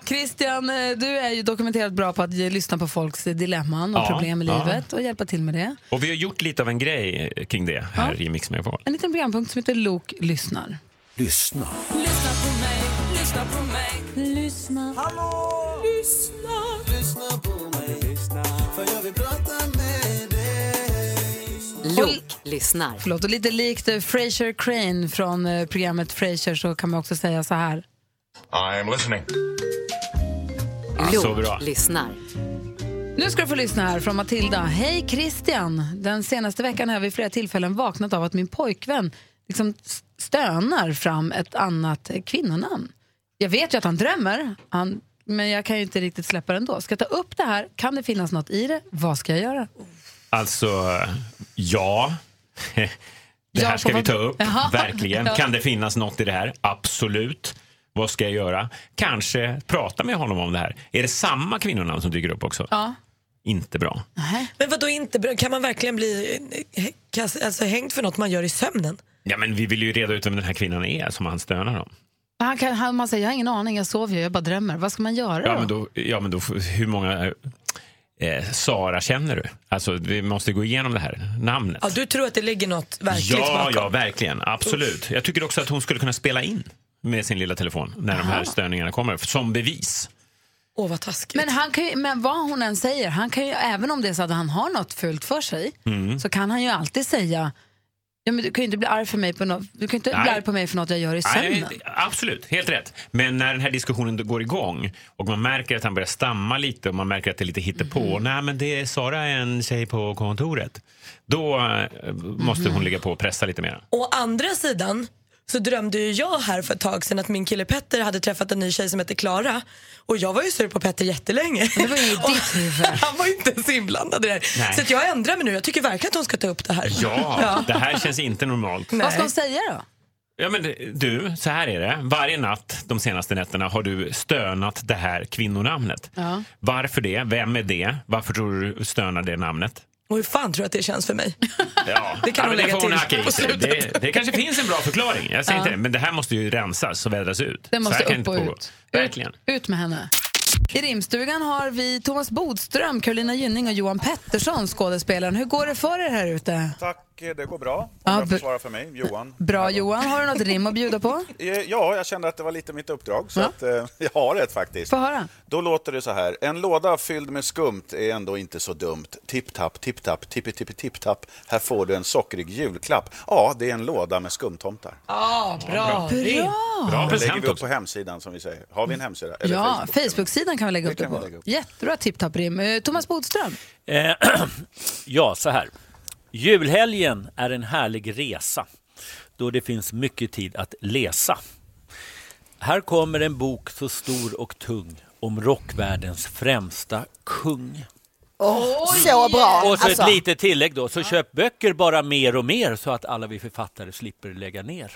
Speaker 1: Christian, eh, du är ju dokumenterat bra på att ge, lyssna på folks eh, dilemman och
Speaker 2: Ja,
Speaker 1: problem i
Speaker 2: ja.
Speaker 1: livet och hjälpa till med det.
Speaker 2: Och vi har gjort lite av en grej kring det här i Mix Megapol.
Speaker 1: En liten programpunkt som heter Lok lyssnar.
Speaker 2: Lyssna.
Speaker 19: Lyssna på mig, lyssna på mig. Lyssna. Hallå! Lyssna. Lyssna på mig. Lyssna. För jag vill prata med dig.
Speaker 1: Lok
Speaker 13: lyssnar.
Speaker 1: Förlåt, och lite likt eh, Frasier Crane från eh, programmet Frasier så kan man också säga så här.
Speaker 20: I'm listening.
Speaker 2: så bra.
Speaker 13: lyssnar.
Speaker 1: Nu ska du få lyssna här från Matilda. Hej Christian! Den senaste veckan har jag vid flera tillfällen vaknat av att min pojkvän liksom stönar fram ett annat kvinnonamn. Jag vet ju att han drömmer, han, men jag kan ju inte riktigt släppa det ändå. Ska jag ta upp det här? Kan det finnas något i det? Vad ska jag göra?
Speaker 2: Alltså, ja. Det här
Speaker 1: på
Speaker 2: ska vi
Speaker 1: vad-
Speaker 2: ta upp,
Speaker 1: Jaha.
Speaker 2: verkligen.
Speaker 1: Ja.
Speaker 2: Kan det finnas något i det här? Absolut. Vad ska jag göra? Kanske prata med honom om det här. Är det samma kvinnonamn som dyker upp också?
Speaker 1: Ja.
Speaker 2: Inte bra.
Speaker 3: Men vad då inte bra? Kan man verkligen bli eh, kass- alltså, hängd för något man gör i sömnen?
Speaker 2: Ja, men vi vill ju reda ut vem den här kvinnan är som han stönar om.
Speaker 1: Men Han kan, han, man säger, jag har ingen aning, jag sover ju, jag bara drömmer. Vad ska man göra
Speaker 2: Ja,
Speaker 1: då?
Speaker 2: men då, ja, men då hur många eh, Sara känner du? Alltså, vi måste gå igenom det här namnet.
Speaker 3: Ja, du tror att det ligger något verkligt
Speaker 2: ja,
Speaker 3: bakom?
Speaker 2: ja, verkligen. Absolut. Jag tycker också att hon skulle kunna spela in med sin lilla telefon när de här störningarna kommer, som bevis.
Speaker 3: Åh, vad taskigt.
Speaker 1: Men, han kan ju, men vad hon än säger, han kan ju, även om det är så att han har något fult för sig,
Speaker 2: Mm.
Speaker 1: så kan han ju alltid säga Ja, men du kan ju inte bli arg, för mig på något, du kan ju inte bli
Speaker 2: Nej.
Speaker 1: arg på mig för något jag gör i
Speaker 2: Nej, eh,
Speaker 1: sömnen.
Speaker 2: absolut, helt rätt. Men när den här diskussionen då går igång och man märker att han börjar stamma lite och man märker att det är lite hittepå. Nej, men det är Sara är en tjej på kontoret. Då eh, måste hon ligga på och pressa lite mer.
Speaker 3: Å andra sidan så drömde ju jag här för ett tag sedan att min kille Petter hade träffat en ny tjej som heter Klara och jag var ju sur på Petter jättelänge. Det var ju ditt huvud. Han var ju inte ens inblandad i det här.
Speaker 2: Nej.
Speaker 3: Så att jag ändrar mig nu. Jag tycker verkligen att hon ska ta upp det här.
Speaker 2: Ja, det här känns inte normalt.
Speaker 1: Vad ska hon säga då?
Speaker 2: Ja, men du, så här är det. Varje natt de senaste nätterna har du stönat det här kvinnonamnet.
Speaker 1: Ja.
Speaker 2: Varför det? Vem är det? Varför tror du du stönar det namnet?
Speaker 3: Och hur fan tror du att det känns för mig?
Speaker 2: Ja.
Speaker 3: Det kan
Speaker 2: men
Speaker 3: hon lägga
Speaker 2: får hon
Speaker 3: till
Speaker 2: hacka i
Speaker 3: på
Speaker 2: sig.
Speaker 3: slutet.
Speaker 2: Det, det kanske finns en bra förklaring. Jag säger
Speaker 1: Ja.
Speaker 2: inte det, men det här måste ju rensas och vädras ut.
Speaker 1: Det
Speaker 2: Så
Speaker 1: måste
Speaker 2: här kan
Speaker 1: upp
Speaker 2: inte
Speaker 1: och
Speaker 2: pågå.
Speaker 1: ut.
Speaker 2: Verkligen.
Speaker 1: Ut med henne. I rimstugan har vi Thomas Bodström, Carolina Gynning och Johan Pettersson, skådespelaren. Hur går det för er här ute?
Speaker 10: Tack, eh, det går bra.
Speaker 1: Ja,
Speaker 10: Om jag får
Speaker 1: b-
Speaker 10: svara för mig, Johan.
Speaker 1: Bra Johan, har du något rim att bjuda på?
Speaker 10: Eh, Ja, jag kände att det var lite mitt uppdrag, så
Speaker 1: Ja.
Speaker 10: att, eh, jag har ett faktiskt.
Speaker 1: Få höra.
Speaker 10: Då låter det så här. En låda fylld med skumt är ändå inte så dumt. Tipp-tapp, tipp-tapp, tippi-tippi-tipp-tapp. Här får du en sockrig julklapp. Ja, det är en låda med skumtomtar.
Speaker 3: Ja, bra.
Speaker 1: Bra.
Speaker 10: Bra det lägger
Speaker 2: present
Speaker 10: vi upp på hemsidan som vi säger. Har vi en hemsida? Eller
Speaker 1: Mm. Ja,
Speaker 10: Facebook?
Speaker 1: Facebook-sidan kan vi lägga upp det
Speaker 10: kan vi
Speaker 1: på.
Speaker 10: lägga upp.
Speaker 1: Jättebra tipptapp-rim. Eh, Thomas Bodström,
Speaker 12: Eh, ja, så här. Julhelgen är en härlig resa då det finns mycket tid att läsa. Här kommer en bok så stor och tung om rockvärldens främsta kung.
Speaker 9: Åh, så bra.
Speaker 12: Och så
Speaker 9: Alltså.
Speaker 12: ett litet tillägg då. Så köp böcker bara mer och mer så att alla vi författare slipper lägga ner.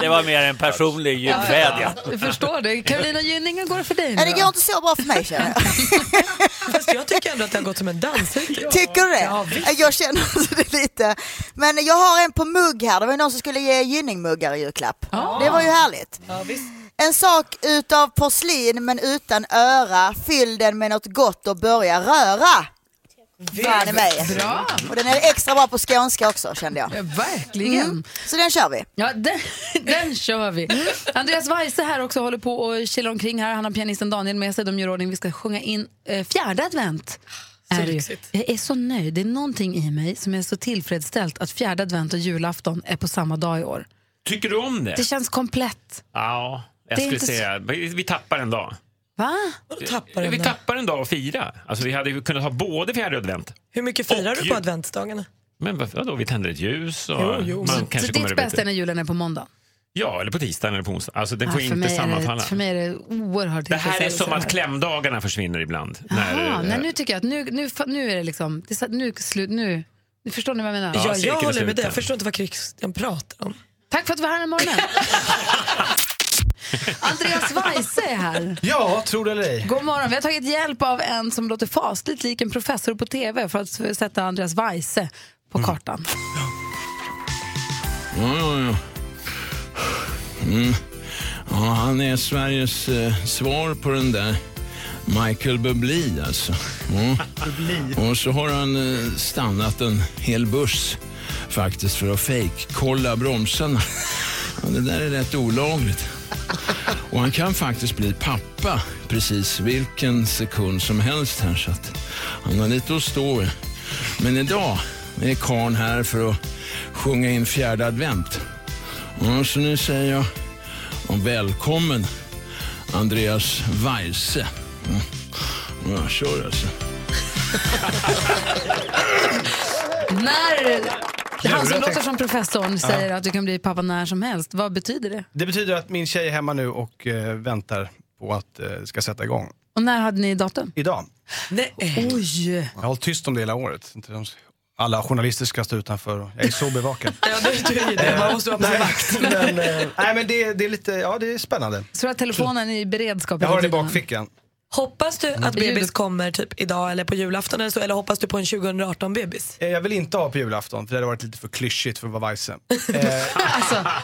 Speaker 12: det var mer en personlig julvädjan.
Speaker 1: jag förstår det. Carolina Gynning, hur går det för dig nu
Speaker 9: Nej, det
Speaker 1: då?
Speaker 9: går inte så bra för mig känner jag.
Speaker 3: Fast jag tycker ändå att det har gått som en dans hittills.
Speaker 9: Tycker du det?
Speaker 3: Ja, visst.
Speaker 9: jag känner också det lite. Men jag har en på mugg här. Det var ju någon som skulle ge Gynning-muggar i julklapp.
Speaker 1: Ah.
Speaker 9: Det var ju härligt.
Speaker 3: Ja, visst.
Speaker 9: En sak utav porslin men utan öra. Fyll den med något gott och börja röra. Fan i mig.
Speaker 1: Bra.
Speaker 9: Och den är extra bra på skånska också kände jag. Mm.
Speaker 1: Verkligen.
Speaker 9: Så den kör vi.
Speaker 1: Ja, den, den kör vi. Andreas Weise här också håller på och kilar omkring här. Han har pianisten Daniel med sig. De gör ordning. Vi ska sjunga in eh, fjärde advent. Är det ju. jag är så nöjd. Det är någonting i mig som är så tillfredsställt att fjärde advent och julafton är på samma dag i år.
Speaker 2: Tycker du om det?
Speaker 1: Det känns komplett.
Speaker 2: Ja, jag
Speaker 1: Det är
Speaker 2: skulle
Speaker 1: inte så-
Speaker 2: säga vi, vi tappar en dag.
Speaker 1: Va?
Speaker 3: tappar
Speaker 2: vi
Speaker 3: en dag?
Speaker 2: tappar en dag och fira. Alltså, vi hade ju kunnat ha både fjärde advent.
Speaker 3: Hur mycket firar
Speaker 2: Och
Speaker 3: du
Speaker 2: jul.
Speaker 3: på adventsdagarna?
Speaker 2: Men vad- vadå, vi tänder ett ljus och
Speaker 3: Jo, jo.
Speaker 2: man
Speaker 3: Så- så
Speaker 2: kanske
Speaker 1: så
Speaker 2: kommer
Speaker 1: ditt
Speaker 2: över
Speaker 1: bästa är
Speaker 2: till-
Speaker 1: när julen är på måndag?
Speaker 2: Ja, eller på tisdagen eller på onsdag. Alltså, den
Speaker 1: Ah,
Speaker 2: får
Speaker 1: för,
Speaker 2: inte
Speaker 1: mig är
Speaker 2: sammanfalla.
Speaker 1: det, för mig är det oerhört
Speaker 2: Det här är
Speaker 1: tillfredsställelse.
Speaker 2: som att klämdagarna försvinner ibland.
Speaker 1: Jaha,
Speaker 2: eh,
Speaker 1: Ah, nej, nu tycker jag att nu, nu, nu är det liksom... Det, är så- nu, slut, nu, nu förstår ni vad jag menar?
Speaker 2: Ja,
Speaker 3: Ja, jag
Speaker 2: cirkeln är
Speaker 3: håller med dig.
Speaker 2: sluten.
Speaker 3: Jag förstår inte vad Christian pratar om.
Speaker 1: Tack för att du var här den här morgonen. Andreas Weise är här.
Speaker 20: Ja, tror det eller ej.
Speaker 1: God morgon. Vi har tagit hjälp av en som låter fasligt lik en professor på tv för att sätta Andreas Weise på kartan.
Speaker 20: Ja, ja, ja. Mm. ja han är Sveriges eh, svar på den där Michael Bublé alltså. Ja. Och så har han eh, stannat en hel buss faktiskt för att fake-kolla bromsarna. Ja, det där är rätt olagligt. Och han kan faktiskt bli pappa precis vilken sekund som helst här så att han har lite att stå i. Men idag är karln här för att sjunga in fjärde advent. Ja, så nu säger jag och välkommen Andreas Weise. Mm. Ja, kör alltså.
Speaker 1: När Det är han som
Speaker 21: Lurat
Speaker 1: låter
Speaker 21: text.
Speaker 1: som professorn
Speaker 21: Ja.
Speaker 1: säger att du kan bli pappa när som helst. Vad betyder det?
Speaker 21: Det betyder att min tjej är hemma nu och eh, väntar på att det ska sätta igång.
Speaker 1: Och när hade ni datum?
Speaker 21: Idag.
Speaker 1: Nej. Oj!
Speaker 21: Jag har hållit tyst om det hela året. Inte de- Alla journalister ska stå utanför. och Jag är så bevakad.
Speaker 1: Man måste vara på
Speaker 21: Nej,
Speaker 1: vakt.
Speaker 21: Men, eh, nej, men det, det är lite, ja det är spännande.
Speaker 1: Så du har telefonen i beredskap?
Speaker 21: Jag har den i
Speaker 1: hela tiden? Mm.
Speaker 21: bakfickan.
Speaker 3: Hoppas du att
Speaker 1: Ljudet-
Speaker 3: bebis kommer typ idag eller på julafton eller så, eller hoppas du på en 2018-bebis?
Speaker 21: Eh, Jag vill inte ha på julafton, för det hade varit lite för klyschigt för att vara vajse.
Speaker 1: Alltså,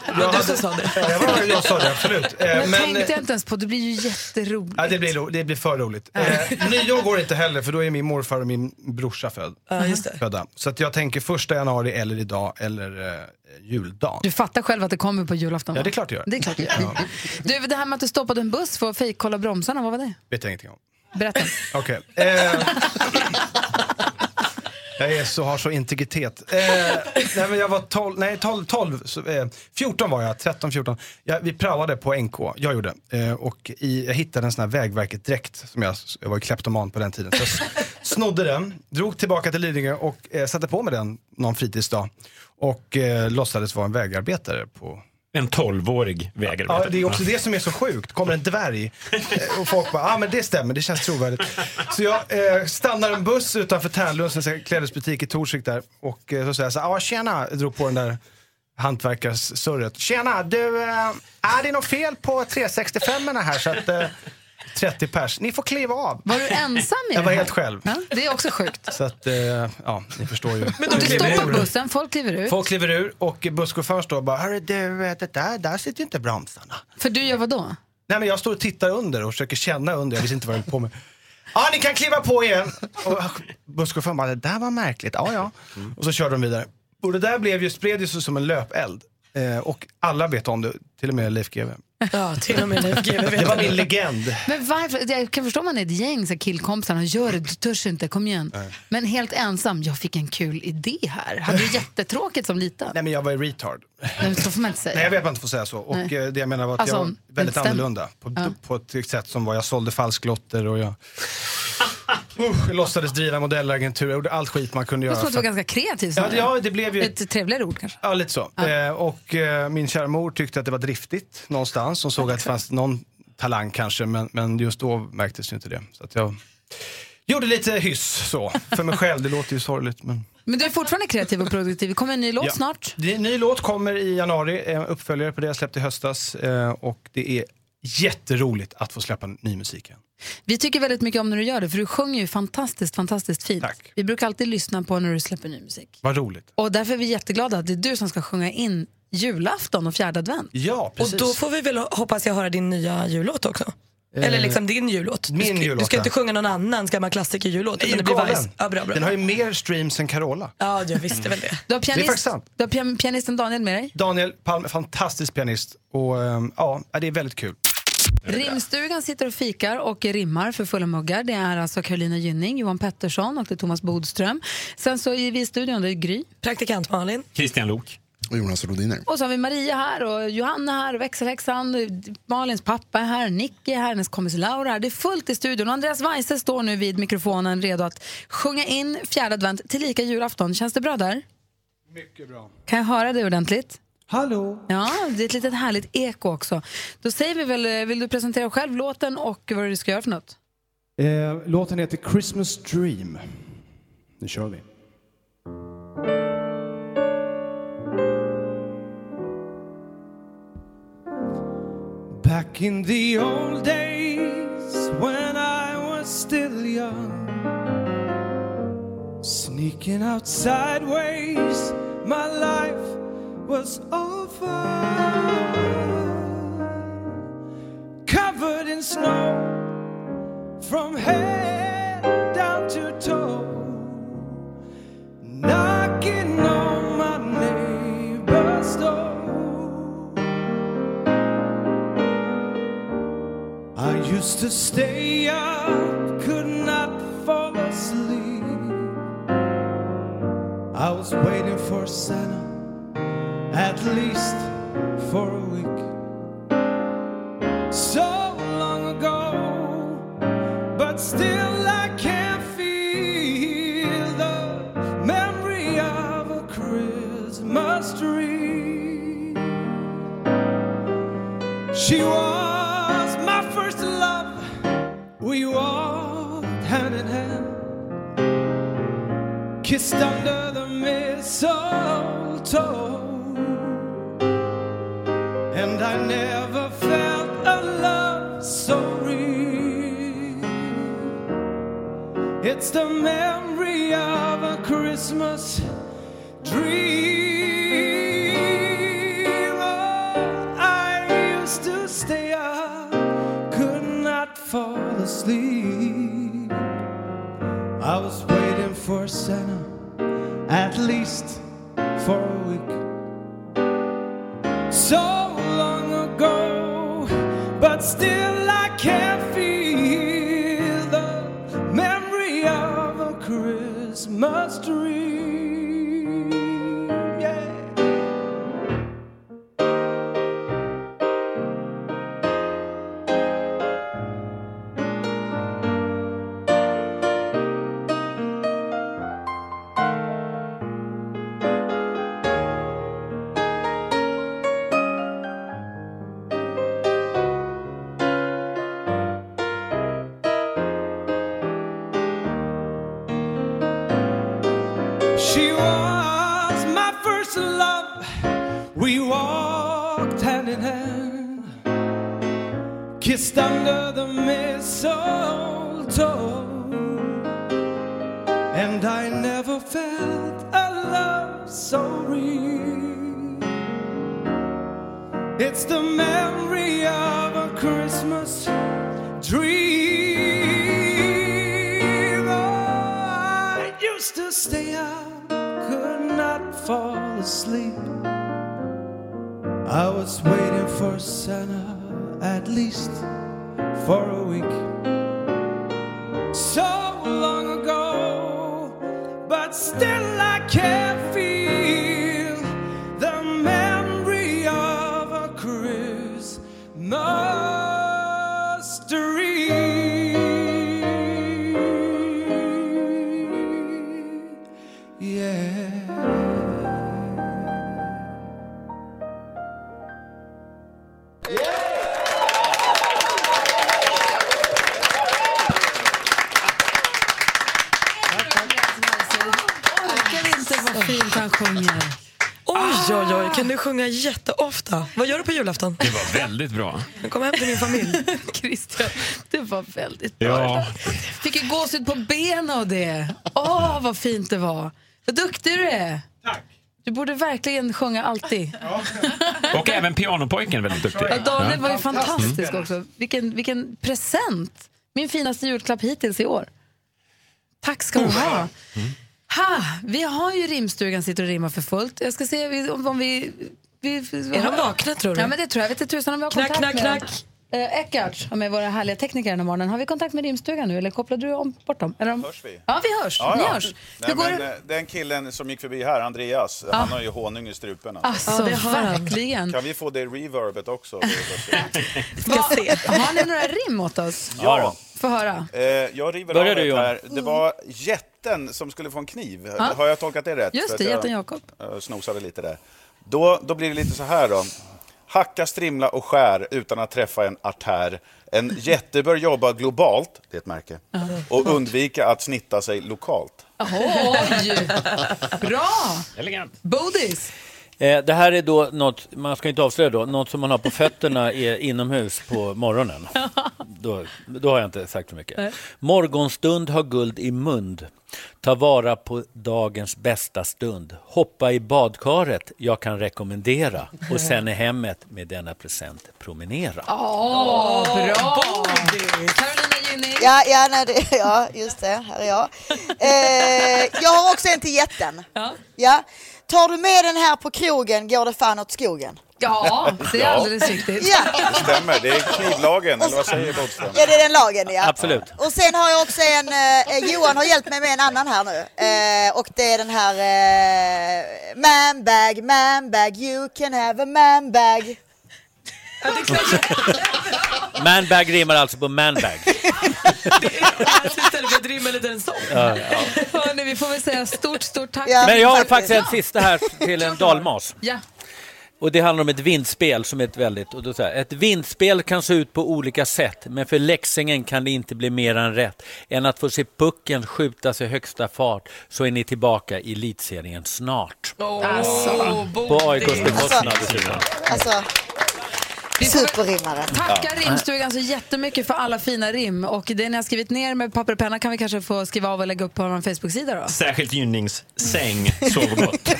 Speaker 3: Men du som sa det.
Speaker 21: Ja, jag, var, jag sa det, absolut. Eh,
Speaker 1: Men,
Speaker 21: men,
Speaker 1: tänkte jag inte ens på, det blir ju jätteroligt.
Speaker 21: ja, det, blir, ro- det blir för roligt. Eh, nyår går inte heller, för då är min morfar och min brorsa född,
Speaker 1: Ja, just
Speaker 21: födda. Så att jag tänker första januari eller idag eller eh, juldagen.
Speaker 1: Du fattar själv att det kommer på julafton?
Speaker 21: Ja,
Speaker 1: va?
Speaker 21: det är klart jag gör.
Speaker 1: Det är klart du gör.
Speaker 21: Ja,
Speaker 1: Du, det här med att du stoppade en buss för att fejkkolla bromsarna, vad var det?
Speaker 21: vet jag ingenting om.
Speaker 1: Berätta.
Speaker 21: Okej. Eh, jag är så, har så integritet. Eh, nej, men jag var 12, nej 12, 12 så, eh, 14 var jag, 13, 14. Jag, vi praoade på NK, jag gjorde. Eh, och i, jag hittade en sån här Vägverket-dräkt, som jag, jag var ju kleptoman på den tiden. Så jag s- snodde den, drog tillbaka till Lidingö och eh, satte på mig den någon fritidsdag. Och eh, låtsades vara en vägarbetare på
Speaker 2: En tolvårig vägarbetare.
Speaker 21: Ja, det är också det som är så sjukt. Kommer en dvärg eh, och folk bara, ja ah, men det stämmer, det känns trovärdigt. Så jag eh, stannar en buss utanför Tärnlunds en klädesbutik i Torsvik där och eh, så säger jag så här, ah, tjena, jag drog på den där hantverkarsurret. Tjena, du, eh, är det är något fel på 365 erna här så att eh, 30 pers, ni får kliva av.
Speaker 1: Var du ensam i
Speaker 21: Jag
Speaker 1: det
Speaker 21: var
Speaker 1: här?
Speaker 21: helt själv.
Speaker 1: Ja, det är också sjukt.
Speaker 21: Så att, eh, ja, ni förstår ju.
Speaker 1: Men om du stoppar bussen, folk kliver ut.
Speaker 21: Folk kliver ur och busschauffören står och bara, hörru du, eh, det där, där sitter ju inte bromsarna.
Speaker 1: För du gör vad då?
Speaker 21: Nej men jag står och tittar under och försöker känna under, jag visste inte vad jag höll på med. Ja, ni kan kliva på igen. Och busschauffören bara, det där var märkligt. Ja, ja. Och så körde de vidare. Och det där blev ju, spred ju sig som en löpeld. Eh, och alla vet om det, till och med Leif GW.
Speaker 3: Ja, till och med Leif GW vet
Speaker 21: Det var
Speaker 3: det.
Speaker 21: min legend.
Speaker 1: Men varför, jag kan förstå om man är ett gäng så här killkompisar, och gör det, du törs inte, kom igen.
Speaker 21: Nej.
Speaker 1: Men helt ensam, jag fick en kul idé här. Hade du jättetråkigt som liten?
Speaker 21: Nej men jag var ju retard.
Speaker 1: Nej, så får man inte säga.
Speaker 21: Nej, jag vet att man inte får säga så. Och
Speaker 1: Nej.
Speaker 21: eh, det jag menar var att
Speaker 1: Alltså,
Speaker 21: jag var
Speaker 1: det
Speaker 21: väldigt
Speaker 1: stämmer.
Speaker 21: annorlunda. På,
Speaker 1: Ja.
Speaker 21: på ett sätt som var, jag sålde falsklotter och jag, Usch, jag låtsades driva modellagentur. Jag gjorde allt skit man kunde
Speaker 1: Det
Speaker 21: göra.
Speaker 1: låter som att du
Speaker 21: för
Speaker 1: var
Speaker 21: att-
Speaker 1: ganska kreativ.
Speaker 21: Ja,
Speaker 1: snarare.
Speaker 21: ja, det blev ju-
Speaker 1: Ett trevligare ord kanske.
Speaker 21: Ja, lite så. Eh, och eh, min kära mor tyckte att det var driftigt någonstans. Hon såg att det fanns någon talang kanske, men, men just då märktes ju inte det. Så att jag gjorde lite hyss så, för mig själv. Det låter ju sorgligt, men...
Speaker 1: Men du är fortfarande kreativ och produktiv. Det kommer en ny låt
Speaker 21: Ja.
Speaker 1: snart.
Speaker 21: Det är en ny låt kommer i januari, eh, uppföljare på det jag släppte i höstas. eh, Och det är jätteroligt att få släppa ny musik igen.
Speaker 1: Vi tycker väldigt mycket om när du gör det, för du sjunger ju fantastiskt, fantastiskt fint. Vi brukar alltid lyssna på när du släpper ny musik.
Speaker 21: Vad roligt.
Speaker 1: Och därför är vi jätteglada att det är du som ska sjunga in julafton och fjärde advent.
Speaker 21: Ja,
Speaker 3: Och då får vi väl hoppas jag höra din nya jullåt också. Eller liksom din jullåt. Du
Speaker 21: Eh, min
Speaker 3: ska,
Speaker 21: jullåt,
Speaker 3: Du ska inte
Speaker 21: ja.
Speaker 3: sjunga någon annans gammal klassikerjullåt.
Speaker 21: Nej,
Speaker 3: utan det blir Vice. Ja, bra, bra.
Speaker 21: Den har ju mer streams än Carola. Mm.
Speaker 3: Ja, jag visste väl det.
Speaker 1: Du har,
Speaker 21: Det är faktiskt
Speaker 1: pianist,
Speaker 21: sant.
Speaker 1: du har pian- pianisten Daniel med dig.
Speaker 21: Daniel Palm, fantastisk pianist. Och ehm, ja, det är väldigt kul.
Speaker 1: Rimstugan sitter och fikar och rimmar för fulla muggar. Det är alltså Carolina Gynning, Johan Pettersson och det är Thomas Bodström. Sen så är vi i studion, det är Gry.
Speaker 3: Praktikant Malin.
Speaker 2: Christian Lok.
Speaker 18: Och Jonas Rodiner.
Speaker 1: Och så har vi Maria här och Johanna här och växelhäxan. Malins pappa är här, Nicky är här, hennes kompis Laura är här. Det är fullt i studion. Och Andreas Weise står nu vid mikrofonen redo att sjunga in fjärde advent tillika julafton. Känns det bra där?
Speaker 21: Mycket bra.
Speaker 1: Kan jag höra dig ordentligt?
Speaker 21: Hallå?
Speaker 1: Ja, det är ett litet härligt eko också. Då säger vi väl, eh, vill du presentera själv låten och vad du ska göra för något?
Speaker 21: Eh, låten heter Christmas Dream. Nu kör vi.
Speaker 19: Back in the old days when I was still young, sneaking out sideways, my life was over. Covered in snow from head down to toe, knocking on my neighbor's door. I used to stay up, could not fall asleep. I was waiting for Santa, at least for a week. So long ago, but still I can't feel the memory of a Christmas. She was my first love. We walked hand in hand, kissed under the mistletoe. And I never felt a love so real. It's the memory of a Christmas dream. Oh, I used to stay up, could not fall asleep. I was waiting for Santa, at least for a week. So long ago, but still I can't feel the memory of a Christmas dream. Yeah. She was my first love. We walked hand in hand, kissed under the mistletoe, and I never felt a love so real. It's the memory of a Christmas dream. Oh, I used to stay up, could not fall asleep. I was waiting for Santa at least for a week. So long ago, but still I can feel the memory of a Christmas dream. Yeah.
Speaker 1: orkar inte vad fint han sjunger.
Speaker 3: Oj, oj, oj. Kan du sjunga jätteofta? Vad gör du på julafton?
Speaker 2: Det var väldigt bra.
Speaker 3: Jag kommer hem till min familj.
Speaker 1: Christian, det var väldigt bra.
Speaker 2: Ja,
Speaker 1: Fick ju gåshud på benen och det. Åh, vad fint det var. Vad duktig du är. Tack. Du borde verkligen sjunga alltid.
Speaker 2: och även pianopojken är väldigt duktig.
Speaker 1: Ja, Daniel var ju
Speaker 2: Ja.
Speaker 1: fantastisk
Speaker 2: Mm.
Speaker 1: också. Vilken, vilken present! Min finaste julklapp hittills i år. Tack ska du
Speaker 3: Oh. Mm.
Speaker 1: ha. Ha, vi har ju rimstugan sitter och rimmar för fullt. Jag ska se vi- om, om vi... vi
Speaker 3: Är de vakna, tror du?
Speaker 1: Ja, men det tror jag. Jag vet inte tusan om vi har
Speaker 3: Knack,
Speaker 1: kontakt
Speaker 3: knack,
Speaker 1: med
Speaker 3: knack.
Speaker 1: dem. Eh, Eckarts, som är våra härliga tekniker den här morgonen. Har vi kontakt med rimstugan nu eller kopplade du om, bort dem? Eller om...
Speaker 10: Hörs vi?
Speaker 1: Ja, vi hörs.
Speaker 10: Ja,
Speaker 1: Ni
Speaker 10: ja.
Speaker 1: hörs.
Speaker 10: Nej,
Speaker 1: Hur går
Speaker 10: men,
Speaker 1: det?
Speaker 10: eh, Den killen som gick förbi här, Andreas,
Speaker 1: Ja.
Speaker 10: han har ju honung i strupen.
Speaker 1: Alltså, Ja, det har han. verkligen.
Speaker 10: Kan vi få det reverbet också?
Speaker 1: Vad- Har ni några rim åt oss?
Speaker 10: Ja då.
Speaker 1: Få höra.
Speaker 10: Eh, jag river
Speaker 12: Börjar
Speaker 10: av
Speaker 12: du,
Speaker 10: det
Speaker 12: Johan?
Speaker 10: här. Det var jätten som skulle få en kniv.
Speaker 1: Ja.
Speaker 10: Har jag tolkat det rätt?
Speaker 1: Just
Speaker 10: För att
Speaker 1: det,
Speaker 10: jag,
Speaker 1: jätten Jakob.
Speaker 10: eh, snosade lite där. Då, då blir det lite så här då. Hacka, strimla och skär utan att träffa en artär. En jätte bör jobba globalt, det är ett märke, och undvika att snitta sig lokalt.
Speaker 1: Oj! Bra!
Speaker 2: Elegant.
Speaker 1: Bodis!
Speaker 12: Eh, Det här är då något, man ska inte avslöja då, något som man har på fötterna är inomhus på morgonen. Då, då har jag inte sagt för mycket.
Speaker 19: Nej.
Speaker 12: Morgonstund har guld i mund. Ta vara på dagens bästa stund. Hoppa i badkaret, jag kan rekommendera. Och sen i hemmet med denna present promenera.
Speaker 1: Åh, bra!
Speaker 9: Ja, ja, nej, det, ja, just det. Här är jag. Eh, jag har också en till jätten. Ja. Tar du med den här på krogen går det fan åt skogen.
Speaker 1: Ja, det är
Speaker 10: Ja.
Speaker 1: alldeles riktigt.
Speaker 9: Ja,
Speaker 10: Det stämmer, det är knivlagen, eller vad säger Bodström?
Speaker 9: ja det är den lagen ja.
Speaker 12: Absolut.
Speaker 9: Och sen har jag också en, eh, eh, Johan har hjälpt mig med en annan här nu. Eh, och det är den här eh, man bag, man bag, you can have a man bag.
Speaker 12: Manbag rimmar alltså på manbag.
Speaker 3: Alltså, Istället för att rimma lite en sång.
Speaker 12: Ja, ja.
Speaker 1: Hörni, vi får väl säga stort, stort tack.
Speaker 12: Men jag har faktiskt en sista här till en dalmas.
Speaker 1: Ja.
Speaker 12: Och det handlar om ett vindspel som är ett väldigt... Och då så här, ett vindspel kan se ut på olika sätt, men för Leksingen kan det inte bli mer än rätt än att få se pucken skjutas i högsta fart så är ni tillbaka i elitserien snart.
Speaker 19: Alltså,
Speaker 12: På AIKs bekostnad dessutom.
Speaker 9: Alltså, superrimmare.
Speaker 1: Tacka
Speaker 12: Ja.
Speaker 1: rimstugan så jättemycket för alla fina rim. Och det ni har skrivit ner med papper och penna kan vi kanske få skriva av och lägga upp på vår Facebook-sida då.
Speaker 2: Särskilt gynningssäng, sov gott.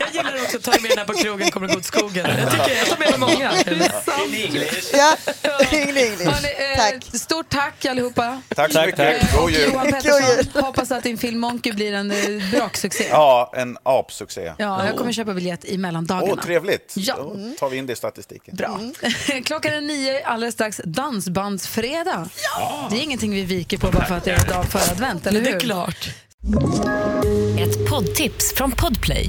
Speaker 3: Jag gillar också att ta med den här på krogen kommer att gå åt skogen. Jag tycker jag tar med mig många.
Speaker 9: Ja, English.
Speaker 1: Hörrni, Eh, stort tack allihopa.
Speaker 10: Tack så mycket. God
Speaker 1: Och
Speaker 10: jul.
Speaker 1: Johan Pettersson, hoppas att din film Monkey blir en eh, braksuccé. Ja.
Speaker 10: Ja, en apsuccé.
Speaker 1: jag kommer köpa biljett i mellandagarna.
Speaker 10: Åh, trevligt. Då tar vi in det i statistiken.
Speaker 1: Bra. Mm. Klockan är nio, alldeles strax dansbandsfredag. Det är ingenting vi viker på bara för att det är dag för advent, eller hur?
Speaker 13: Det är klart. Ett poddtips från Podplay.